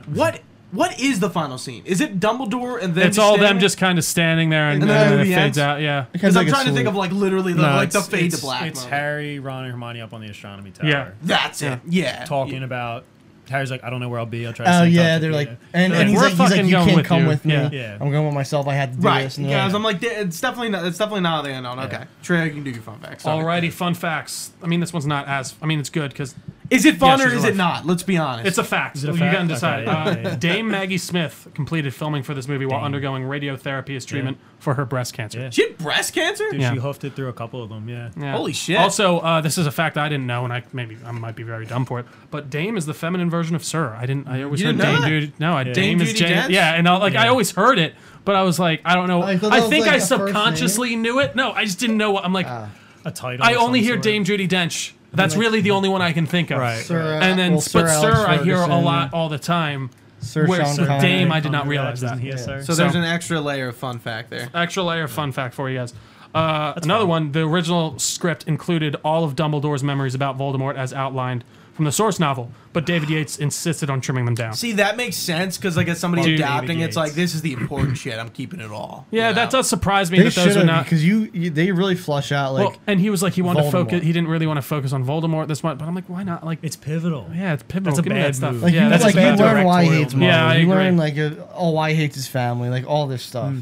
what what is the final scene? Is it Dumbledore and then
it's all them just kind of standing there and,
And then
and
the
then it
movie
fades
ends?
out. Yeah.
because I'm
Like a
trying to think
salute.
of like literally the,
No,
like the
it's-
fade
it's,
to black.
It's
moment.
Harry, Ron, and Hermione up on the astronomy tower.
Yeah.
That's it. Yeah.
talking about. Harry's like, I don't know where I'll be. I'll try. to
Oh
stay in
yeah,
touch
they're
with
like,
you."
and,
They're like,
and he's
"We're
like, he's like,
fucking
you
going
can't
with
come
you."
with me.
Yeah.
Yeah.
I'm going with myself. I had to do
Right.
this. And they're
Yeah.
like,
I'm like, "Th- it's definitely not. It's definitely not the end. On okay. Trey, you can do your fun facts. Sorry.
Alrighty, fun facts. I mean, this one's not as. I mean, it's good because
Is it fun
Yeah,
or
she's
is
alive.
it not? Let's be honest.
it's a fact.
it a
you
fact?
gotta decide.
Okay, yeah,
Uh,
yeah, yeah.
Dame Maggie Smith completed filming for this movie while undergoing radiotherapy as treatment for her breast cancer.
Yeah.
she had breast cancer.
Dude,
Yeah.
she hoofed it through a couple of them. Yeah.
Yeah.
Holy shit.
Also, uh, this is a fact I didn't know, and I maybe I might be very dumb for it. But Dame is the feminine version of Sir. I didn't. I always
You
heard
didn't
Dame
know that?
dude. No, I, Dame, is
Judi
Jane.
Dench?
Yeah, and I, like I
Yeah.
always heard it, but I was like, I don't know. I,
I thought that was,
think
like,
I
a first name.
subconsciously knew it. No, I just didn't know. what I'm like,
A title.
I
of
only
some
hear
sort.
Dame Judy Dench. That's
like-
really the only one I can think of.
Right.
Sir, uh,
And then,
well,
but Sir,
Alex
I hear a
Ferguson,
lot all the time.
Sir
where
Sean
Sir
Connery.
Dame, I did not
Under
realize
Oh, doesn't
that.
He,
Yeah.
sir?
so there's
so-
an extra layer of fun fact there.
Extra layer of fun fact for you guys. Uh, another one. The original script included all of Dumbledore's memories about Voldemort as outlined from the source novel, but David Yates insisted on trimming them down.
See, that makes sense because like as somebody
Dude,
adapting,
David
it's like
Yates.
this is the important shit. I'm keeping it all.
yeah,
you
that
know?
does surprise me
They
that those
should
are
have
not.
because you, you they really flush out like
well, and he was like he wanted to
Voldemort.
focus. He didn't really want to focus on Voldemort this much, but I'm like, why not? Like,
It's pivotal.
yeah, it's pivotal.
That's a
Give me
bad
that stuff.
move.
like
yeah,
you,
that's
like,
a
you
bad
bad
learn why he
directorial
hates
move.
Marvel.
Yeah, I
you learn
agree. Mm.
like uh, oh why he hates his family, like all this stuff.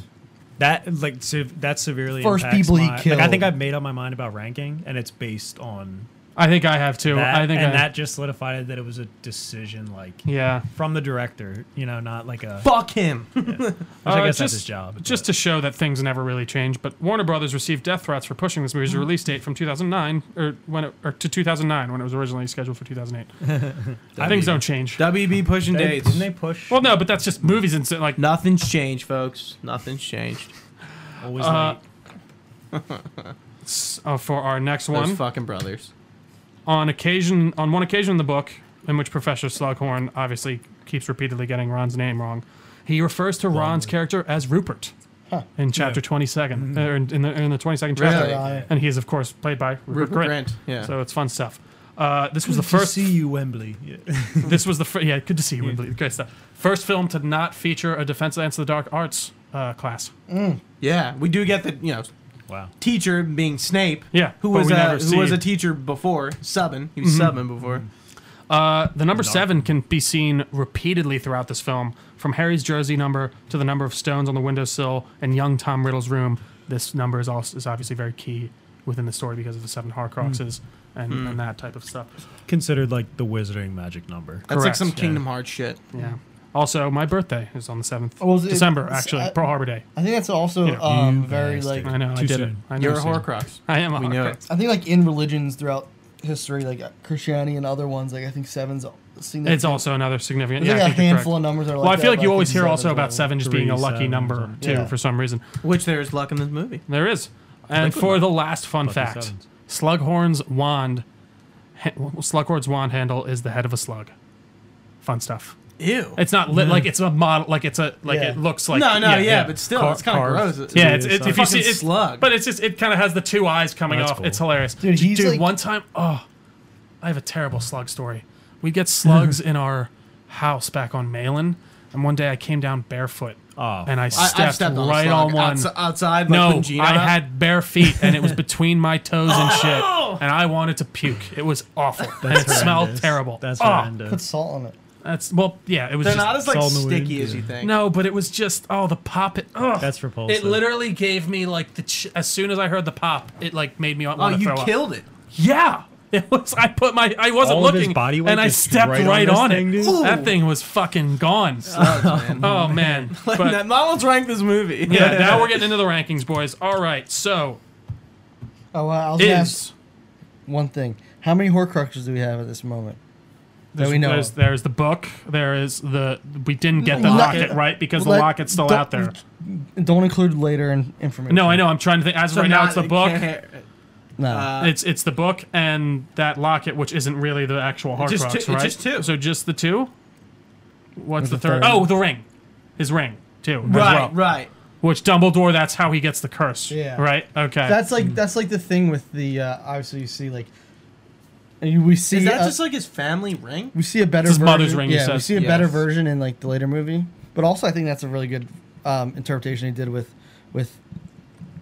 That like se- that severely
First
impacts
people he
my-
killed.
Like I think I've made up my mind about ranking, and it's based on
I think I have too.
that,
I think
and
I,
that just solidified that it was a decision like
Yeah.
from the director. You know, not like a.
Fuck him.
Which
Uh,
I guess
just-
that's his job.
Just to show that things never really change, but Warner Brothers received death threats for pushing this
Mm-hmm.
movie's release date from 2009 or when it, or to 2009 when it was originally scheduled for 2008. Things don't change.
WB pushing
they,
dates.
didn't they push?
Well, no, but that's just movies and so- like.
Nothing's changed, folks. Nothing's changed.
always
Uh,
late.
s- uh, for our next
Those
one,
fucking brothers.
on occasion, on one occasion in the book, in which Professor Slughorn obviously keeps repeatedly getting Ron's name wrong, he refers to Ron's character as Rupert in chapter twenty
Mm-hmm.
second, or in, in the in the twenty second chapter,
Really?
Right.
and he is of course played by Rupert,
Rupert
Grint.
Grint, yeah.
So it's fun stuff. Uh, this was the first
see you, Wembley.
this was the fir- yeah, good to see you, Wembley. Great stuff. First film to not feature a defense against the dark arts uh, class.
Yeah, we do get the you know
Wow.
teacher being Snape.
Yeah,
who
but
was
we
a,
never
who was
see- Mm-hmm.
a teacher before subbing. He was subbing before.
Uh, the number seven can be seen repeatedly throughout this film, from Harry's jersey number to the number of stones on the windowsill in young Tom Riddle's room. This number is also is obviously very key within the story because of the seven Horcruxes and, and that type of stuff.
Considered like the wizarding magic number.
That's like
Correct,
some
yeah.
Kingdom Hearts shit.
Yeah. Also, my birthday is on the seventh
Well, it-
December.
it's-
Actually,
I-
Pearl Harbor Day.
I think that's also
Yeah.
um,
You
very
bastard.
like
I know. I
Too
did it.
soon.
I know
You're a
it's soon.
Horcrux.
I am a
We know
Horcrux.
it.
I think like in religions throughout history, like uh, Christianity and other ones, like I think seven's significant.
It's also another significant.
There's
Yeah, I
like a
think you're correct.
handful of numbers that are like
Well, I
that,
feel like
but
you always
think
hear
seven's
also
one
about
of them.
seven just being a
Three,
lucky
seven,
number
seven.
too
Yeah.
for some reason.
Which there's luck in this movie.
There is. And for the last fun fact,
sevens.
Slughorn's wand, ha- Slughorn's wand handle is the head of a slug. Fun stuff.
Ew.
It's not lit like it's a model, like it's a like
Mm-hmm. Yeah.
it looks like.
no, no, yeah, but still,
Car-
it's kind of
carved.
gross. It's-
Yeah, it's,
It's
it's
a
if you see
fucking
it's,
slug.
but it's just it kind of has the two eyes coming
Oh, That's
off.
cool.
It's hilarious,
Dude, he's like-
one time, oh, I have a terrible slug story. We get slugs in our house back on Malin, and one day I came down barefoot,
Oh,
and I
I,
stepped,
I stepped on a
right
slug
on one.
outs- outside. Like,
No,
when Gina-
I had bare feet and it was between my toes and shit,
Oh!
and I wanted to puke. It was awful, and it smelled
horrendous.
terrible.
That's
Oh,
Put
horrendous.
salt on it.
that's well, yeah, it was.
They're
just,
not as like
salt in the wound,
sticky as
yeah.
you think.
no, but it was just oh the pop. It, ugh.
That's repulsive.
it literally gave me like the ch- as soon as I heard the pop, it like made me want
oh,
to
you
throw up.
killed it.
Yeah, it was. I put my I wasn't
All of
looking,
his body weight
and I
just
stepped right,
right on this
on,
thing,
it.
dude?
That thing was fucking gone. oh man,
Like,
But-
that- no one's ranked this movie.
yeah. Now we're getting into the rankings, boys. All right, so
Oh, wow. I was gonna ask
is.
one thing. How many Horcruxes do we have at this moment? That we know.
There's,
of?
there's the book. There is the we didn't get the
Let-
locket right because
let-
the locket's still
don't-
out there.
Don't include later in information.
No, I know. I'm trying to think. As of
So
right now, it's the
not-
book.
can't-
No.
uh,
It's it's the book and that locket, which isn't really the actual Horcrux,
Just two- it's
right?
just two.
So just the two. What's the,
the
third?
third?
Oh, the ring. His ring too. as well.
right, right.
Which Dumbledore? That's how he gets the curse.
Yeah.
Right. Okay.
that's
hmm.
like that's like the thing with the uh, obviously you see like and you- we see
Is that
a-
just like his family ring?
we see a better
his
version.
mother's ring, he
yeah, we
says.
see a better
Yes.
version in like the later movie. But also, I think that's a really good um, interpretation he did with with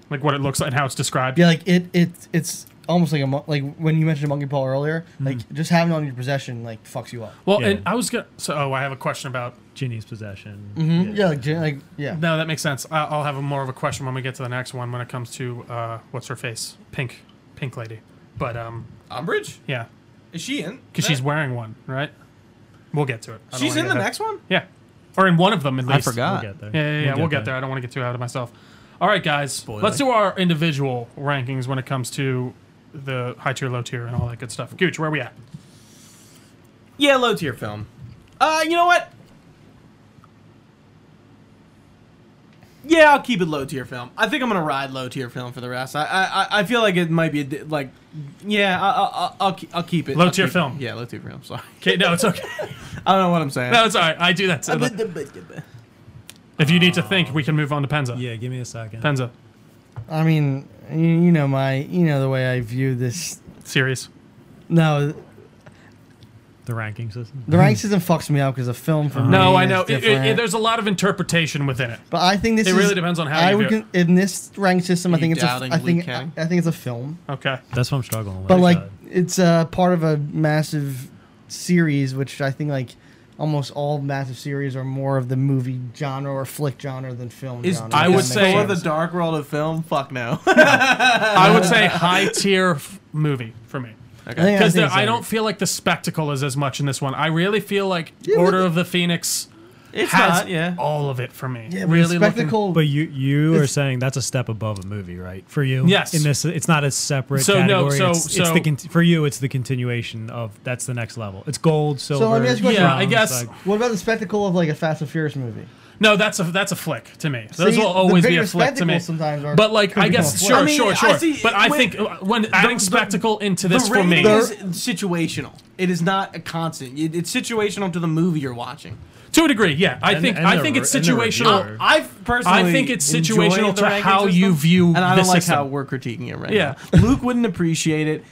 like what it looks like and how it's described.
Yeah, like it, it it's almost like a mon- like when you mentioned a monkey paw earlier,
Hmm.
like just having it on your possession like fucks you up.
Well,
Yeah.
and I was gonna. So, oh, I have a question about
Ginny's possession.
Hmm?
Mm-hmm. Yeah, like, gen- like yeah.
No, that makes sense. I- I'll have a more of a question when we get to the next one when it comes to uh, what's her face, pink, pink lady. But um,
Umbridge?
yeah,
Is she in?
because she's wearing one, right? We'll get to it. I don't
she's
wanna
in the
get ahead-
next one.
Yeah, or in one of them at least.
We'll get there.
Yeah, yeah, yeah. We'll, get, there. I don't want to get too out of myself. All right, guys, let's do our individual rankings when it comes to the high tier, low tier, and all that good stuff. Gooch, where are we at?
Yeah, low tier film. Uh, you know what? Yeah, I'll keep it low tier film. I think I'm gonna ride low tier film for the rest. I I, I- I feel like it might be a, di- like, yeah, I, I, I- I'll keep, I'll keep it
Low
I'll
tier
keep-
film.
Yeah, low tier film. Sorry,
Okay, no, it's okay.
I don't know what I'm saying.
No, it's all right. I do that. So if you need to think, we can move on to Penza.
Yeah, give me a second.
Penza,
I mean, you, you know my you know the way I view this.
series.
No,
The ranking system.
the rank system fucks me up because a film for me.
Hmm. Uh-huh. No, I
is
know. It- it-
different.
it- there's a lot of interpretation within it.
but I think this
it really
is-
depends on how
I
you
would
view it.
con- in this rank system. I
You
think it's a, f-
doubting
I
Luke
think I,
Cage?
I think it's a film,
Okay.
That's what I'm struggling with.
but like
Uh,
it's a part of a massive series, which I think like. Almost all massive series are more of the movie genre or flick genre than film
Is,
genre.
I
if
would
that
is
makes
say-
Thor
sense.
the Dark World of film. Fuck no.
I would say high tier f- movie for me.
Uh, I think-
Because
think
I
so.
don't feel like the spectacle is as much in this one. I really feel like
but
Order
the-
of the Phoenix
it's
has
not. Yeah.
all of it for me.
Yeah, but
really
really
looking-
spectacle.
But you you are
It's-
saying that's a step above a movie, right? For you,
Yes.
In this, it's not a separate
So, no,
category.
so-
it's, it's
so-
the con- for you, it's the continuation of that's the next level. It's gold, silver.
let me ask you a question.
Yeah, I guess-
like-
what about the spectacle of like a Fast and Furious movie?
No, that's a that's a flick to me. Those
See,
will
the
always be a
bigger
flick to me.
spectacles sometimes are-
but like,
could
I
be
guess
called a
sure,
flick.
I
sure,
mean,
sure.
I see-
but I
when-
think uh, when adding
the-
spectacle into this
the
for me,
rating is situational. It is not a constant. It- it's situational to the movie you're watching.
to a degree, yeah, I think
and
I
the
think it's
re- and the
situational.
reviewer.
I personally,
I think it's
enjoy
situational to
the ranking
how you
system,
view
and I
the
don't like
system.
how we're critiquing it right
Yeah.
now. Luke wouldn't appreciate it.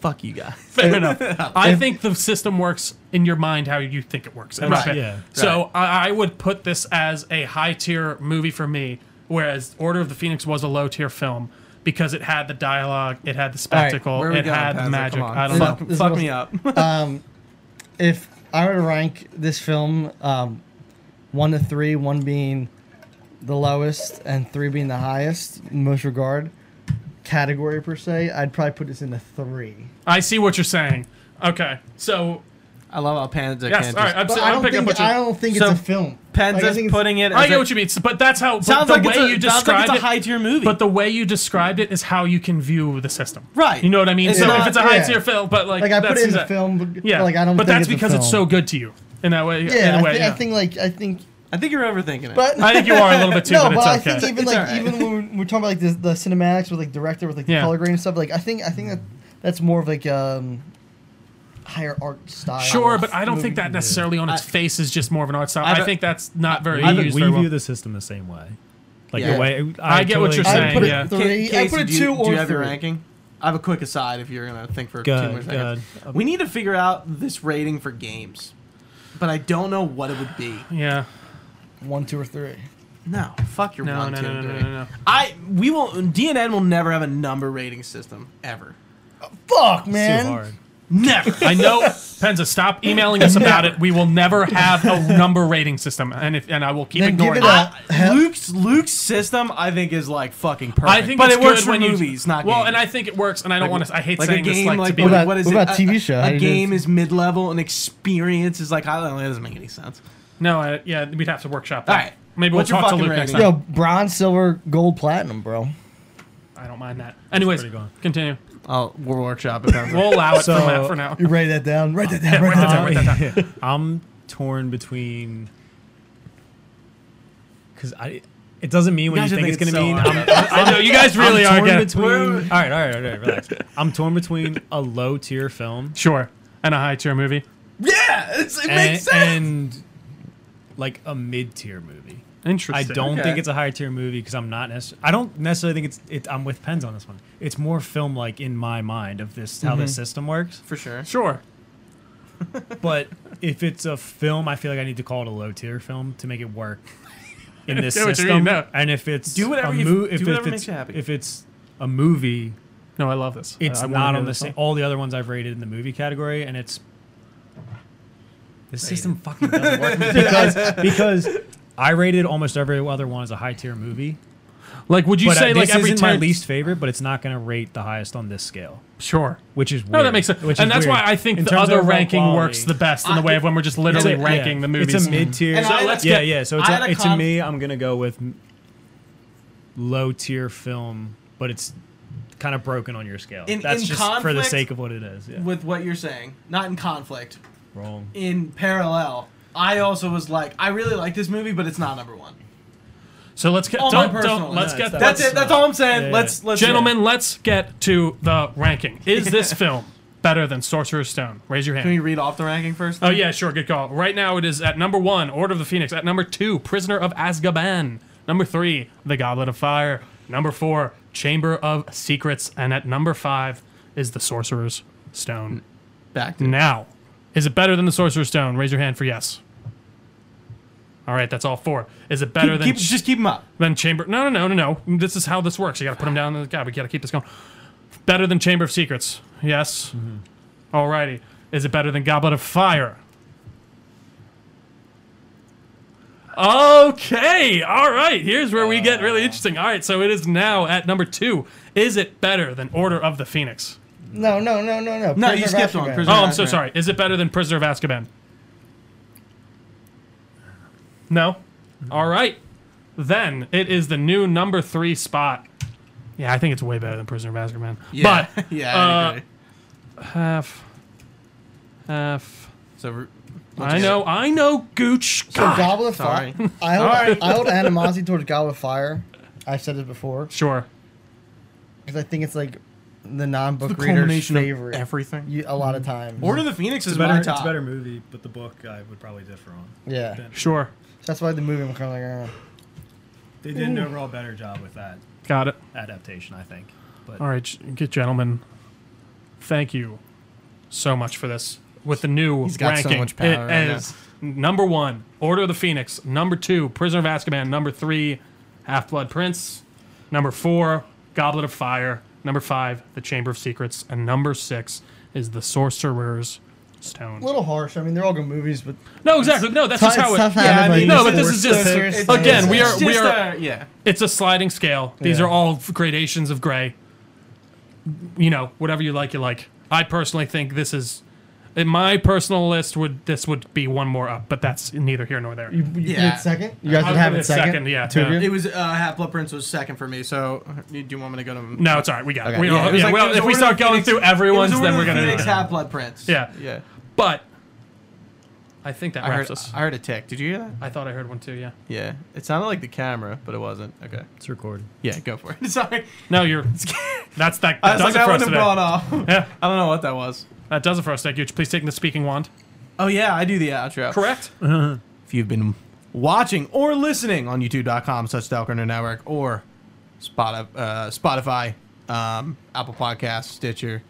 Fuck you guys.
Fair enough. I think the system works in your mind how you think it works. That's it.
Right.
Yeah.
So I, I would put this as a high tier movie for me, whereas Order of the Phoenix was a low tier film because it had the dialogue, it had the spectacle,
Where are we
it
going,
had
Pazzo?
the
Come
magic.
on.
I don't
fuck,
know.
This
fuck
was-
me up.
if I were to rank this film um, one to three, one being the lowest and three being the highest, in most regard, category per se, I'd probably put this in a three.
I see what you're saying. Okay. So
I love how Panza
yes,
can't.
all
just-
right. I'm,
But
si-
I,
I'm
don't
picking up what
think,
you're.
I don't think
So,
it's a film. Like, I
Penza's
think it's-
putting it.
I
as
get
a-
what you mean, s- but that's how. But
Sounds
the
like
way
it's a,
you
sounds like
described
it's a
it,
high tier movie.
but the way you described it is how you can view the system.
Right.
You know what I mean?
It's
so
not-
if it's a high
yeah.
tier film, but like,
Like I put
that's
it in the
exact-
film, but,
Yeah.
like I don't.
But
think
that's
it's a
because it's so
film.
good to you. In that way.
Yeah,
in
I,
a way,
thi-
yeah.
I think like I think.
I think you're overthinking it.
But
I think you are a little bit too,
no,
but
but,
it's
I
okay.
think even
It's
like
alright.
even when we're- we're talking about like the, the cinematics with like director with like the
Yeah.
color grading and stuff, like I think I think that that's more of like um higher art style.
Sure, but I don't think that necessarily on its face is just more of an art style.
I
I,
don't-
think that's not very
we
used
we
very
view
well.
the system the same way. Like
Yeah.
the way
I get what you're
I would
saying,
put it
yeah.
three.
Ca-
I
Casey,
put it
do you-
two or
Do
three.
you have your ranking? I have a quick aside if you're gonna think for
Go
two more
ahead, go
seconds. We need to figure out this rating for games, but I don't know what it would be.
yeah.
One, two, or three.
No, fuck your
No,
one,
no,
two,
no,
and
no, no,
three.
no, no.
I we will DNN will never have a number rating system ever.
Fuck,
It's
man.
too hard.
Never.
I know, Penza. Stop emailing us about it. We will never have a number rating system, and if and I will keep
Then give
ignoring
it up.
I, Luke's Luke's system I think is like fucking perfect.
I think
but
it's
it works
good
for
when
movies,
you,
not
well,
games.
and I think it works, and I don't want to. I hate
like
saying
a game,
this, like,
like
to be
what
like,
about-
what is
what
it?
about
A-
TV show?
A,
How do you do
game
it?
is mid level, and experience is like I don't know. That doesn't make any sense.
no, I, yeah, we'd have to workshop. That.
All right.
maybe
What's your
we'll talk to
fucking
Luke next
rating?
time.
Yo, bronze, silver, gold, platinum, bro.
I don't mind that. Anyways,
pretty gone.
continue.
I'll we'll workshop it. then.
We'll allow it for
So-
that for now.
You write that down. Write that down.
Yeah,
Write
write
that
that
down.
down, write that down.
I'm torn between because I. It doesn't mean what
guys
you
are
think it's gonna
thinking so
mean.
hard.
I'm,
I know you guys really
I'm
are
torn
getting
between. All right, all right, all right, relax. I'm torn between a low tier film
sure, and a high tier movie.
yeah, it's, it
and,
makes sense.
and like a mid tier movie. I
Interesting.
don't
Okay.
think it's a higher tier movie because I'm not necessarily. I don't necessarily think it's. It, I'm with Pens on this one. It's more film like in my mind of this how
Mm-hmm.
this system works.
for sure.
Sure.
But if it's a film, I feel like I need to call it a low tier film to make it work in this
I get what you
system.
mean, no.
And if it's
Do whatever
a
you-
mo-
do
if,
whatever
if
makes
it's,
you happy.
If it's a movie,
No, I love this.
it's
I- I wanna
not
hear
on the
this song.
same. All the other ones I've rated in the movie category, and it's the system fucking doesn't work because because I rated almost every other one as a high tier movie.
Like, would you
but uh,
say
this
like every
isn't
time?
my least favorite, but it's not going to rate the highest on this scale,
Sure.
which is
No,
weird,
that makes sense,
which
and
is
that's
weird.
why I think
In
the
terms of
other
overall
ranking works
quality,
the best in the way of when we're just
it's
literally
a-
ranking
yeah,
the movies.
It's a mid tier.
And I- let's
yeah,
get-
yeah. So
I
it's,
had
a,
a
it's
con-
to me, I'm gonna go with low tier film, but it's kind of broken on your scale.
In-
That's
in
just for the
conflict
sake of what it is. Yeah.
With what you're saying, not in conflict,
Wrong.
in parallel. I also was like, I really like this movie, but it's not number one.
So let's get.
All my
don't,
personal-
don't, let's
No,
get.
it's
That's it. That's all I'm saying.
Yeah.
Let's let's
Gentlemen, let's get to the ranking. Is this film better than Sorcerer's Stone? Raise your hand.
Can we read off the ranking first?
Oh yeah, sure, good call. Right now it is at number one, Order of the Phoenix. At number two, Prisoner of Azkaban. Number three, The Goblet of Fire. Number four, Chamber of Secrets. And at number five is The Sorcerer's Stone.
Back to
Now, is it better than The Sorcerer's Stone? Raise your hand for yes. All right, that's all four. Is it better
keep,
than
keep- just keep them up.
than Chamber? No, no, no, no, no. This is how this works. You got to put them down. God, we got to keep this going. Better than Chamber of Secrets? Yes. Alrighty. Is it better than Goblet of Fire? Okay. All right. Here's where we get really interesting. All right. So it is now at number two. Is it better than Order of the Phoenix?
No, no, no, no, no.
No, you
Prisoner of
skipped
Azkaban.
one.
Oh,
Prisoner-
I'm so
Azkaban.
sorry. Is it better than Prisoner of Azkaban? No. All right. Then it is the new number three spot. Yeah, I think it's way better than Prisoner of Azkaban.
Yeah,
But
yeah, I
uh,
agree.
half, half.
So we're-
I know, I know, Gooch.
So
God.
Goblet of
sorry.
Fire. I hold, I hold animosity towards Goblet of Fire. I've said it before
Sure.
because I think it's like the non-book
The
reader's
culmination
favorite.
of everything.
you, a lot of times.
Order of the Phoenix is
It's,
my
better,
top.
it's a better movie, but the book I would probably differ on.
yeah. So
Sure.
that's why the movie I'm kind of like. Uh,
They did an overall better job with that
Got it.
adaptation, I think. But
All right, g- g- gentlemen. Thank you so much for this. With the new
He's got so
ranking,
much power
it
right now.
is number one, Order of the Phoenix. Number two, Prisoner of Azkaban. Number three, Half Blood Prince. Number four, Goblet of Fire. Number five, The Chamber of Secrets, and number six is The Sorcerer's Stone.
a little harsh. I mean, they're all good movies, but
no, exactly. No, that's just how it.
tough
yeah, I
having,
mean,
like,
no, but
this
forced
is just-
sisters
it's-
and-
again, we are-
It's just,
we
uh, yeah.
It's a sliding scale. These
Yeah.
are all f- gradations of gray. You know, whatever you like, you like. I personally think this is, in my personal list, would this would be one more up, but that's neither here nor there.
You, you
Yeah.
did second. You guys
I
would
would
have
give
it
it
second.
second, yeah,
Two of
yeah.
you?
It was uh, Half Blood Prince was second for me. So do you want me to go to?
No, it's all right. We got it. We
Yeah,
all,
it was
yeah,
like-
well,
it was
if we
Order
start
of the
going
Phoenix-
through
It was
everyone's,
Order
then
of
we're
the
gonna.
Phoenix, Half Blood Prince.
Yeah.
yeah.
But I think that
I
wraps
heard,
us.
I heard a tick. Did you hear that?
I thought I heard one too. Yeah.
Yeah. It sounded like the camera, but it wasn't. Okay.
it's recorded.
Yeah, go for it. Sorry.
No, you're. That's that.
I
That does it
was like, that
for us
wouldn't have
today.
blown off.
Yeah,
I don't know what that was.
that does it for us. Thank you. Please take the speaking wand.
Oh yeah, I do the outro.
Correct.
If you've been watching or listening on YouTube.com, such Dalkerner Network or Spotify, uh, Spotify, um, Apple Podcasts, Stitcher,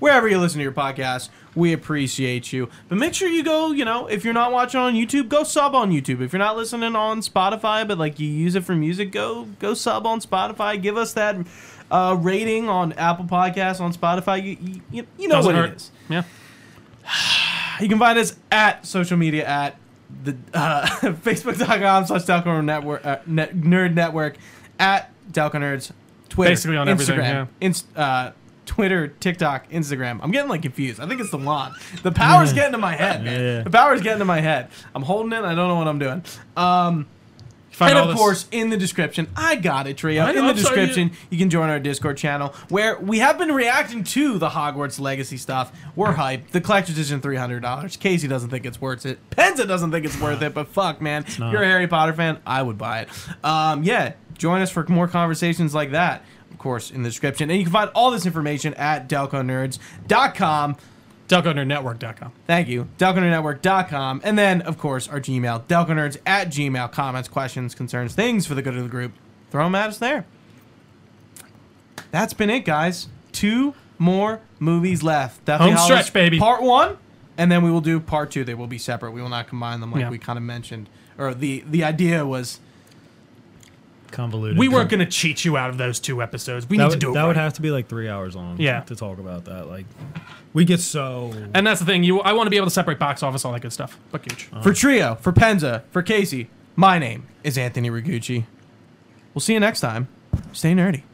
wherever you listen to your podcast, we appreciate you. But make sure you go. You know, if you're not watching on YouTube, go sub on YouTube. If you're not listening on Spotify, but like you use it for music, go go sub on Spotify. Give us that uh, rating on Apple Podcasts on Spotify. You you- you, you know
Doesn't
what
hurt.
it is.
Yeah.
You can find us at social media at the uh, facebook.com slash Dalcorner Network, uh, net, Nerd Network, at Dalco Nerds, Twitter,
Basically on
Instagram,
everything, yeah.
inst- uh, Twitter, TikTok, Instagram. I'm getting like confused. I think it's the wand. The power's getting to my head, man.
Yeah.
The power's getting to my head. I'm holding it. I don't know what I'm doing. Um,
Find
and
all
of
this-
course, in the description, I got it, Trio.
I know,
in the
I'm sorry,
description, you-, can join our Discord channel where we have been reacting to the Hogwarts Legacy stuff. We're hyped. The collector's edition, three hundred dollars. Casey doesn't think it's worth it. Penza doesn't think it's worth it. But fuck, man, if you're a Harry Potter fan. I would buy it. Um, yeah, join us for more conversations like that. Of course, in the description, and you can find all this information at delconerds.com.
DelcoNerdNetwork.com.
Thank you. DelconerNetwork.com. And then, of course, our Gmail, DelcoNerds at Gmail. Comments, questions, concerns, things for the good of the group. Throw them at us there. That's been it, guys. Two more movies left. Deathly
Home
Hallows
stretch, baby.
Part one, and then we will do part two. They will be separate. We will not combine them like
Yeah.
we kind of mentioned. Or the, the idea was
Convoluted.
We weren't going to cheat you out of those two episodes. We
that
need
would,
to do it.
that
right.
would have to be like three hours long
Yeah.
to talk about that. Like, we get so.
And that's the thing. You, I want to be able to separate box office, all that good stuff. But huge.
for Trio, for Penza, for Casey. My name is Anthony Rigucci. We'll see you next time. Stay nerdy.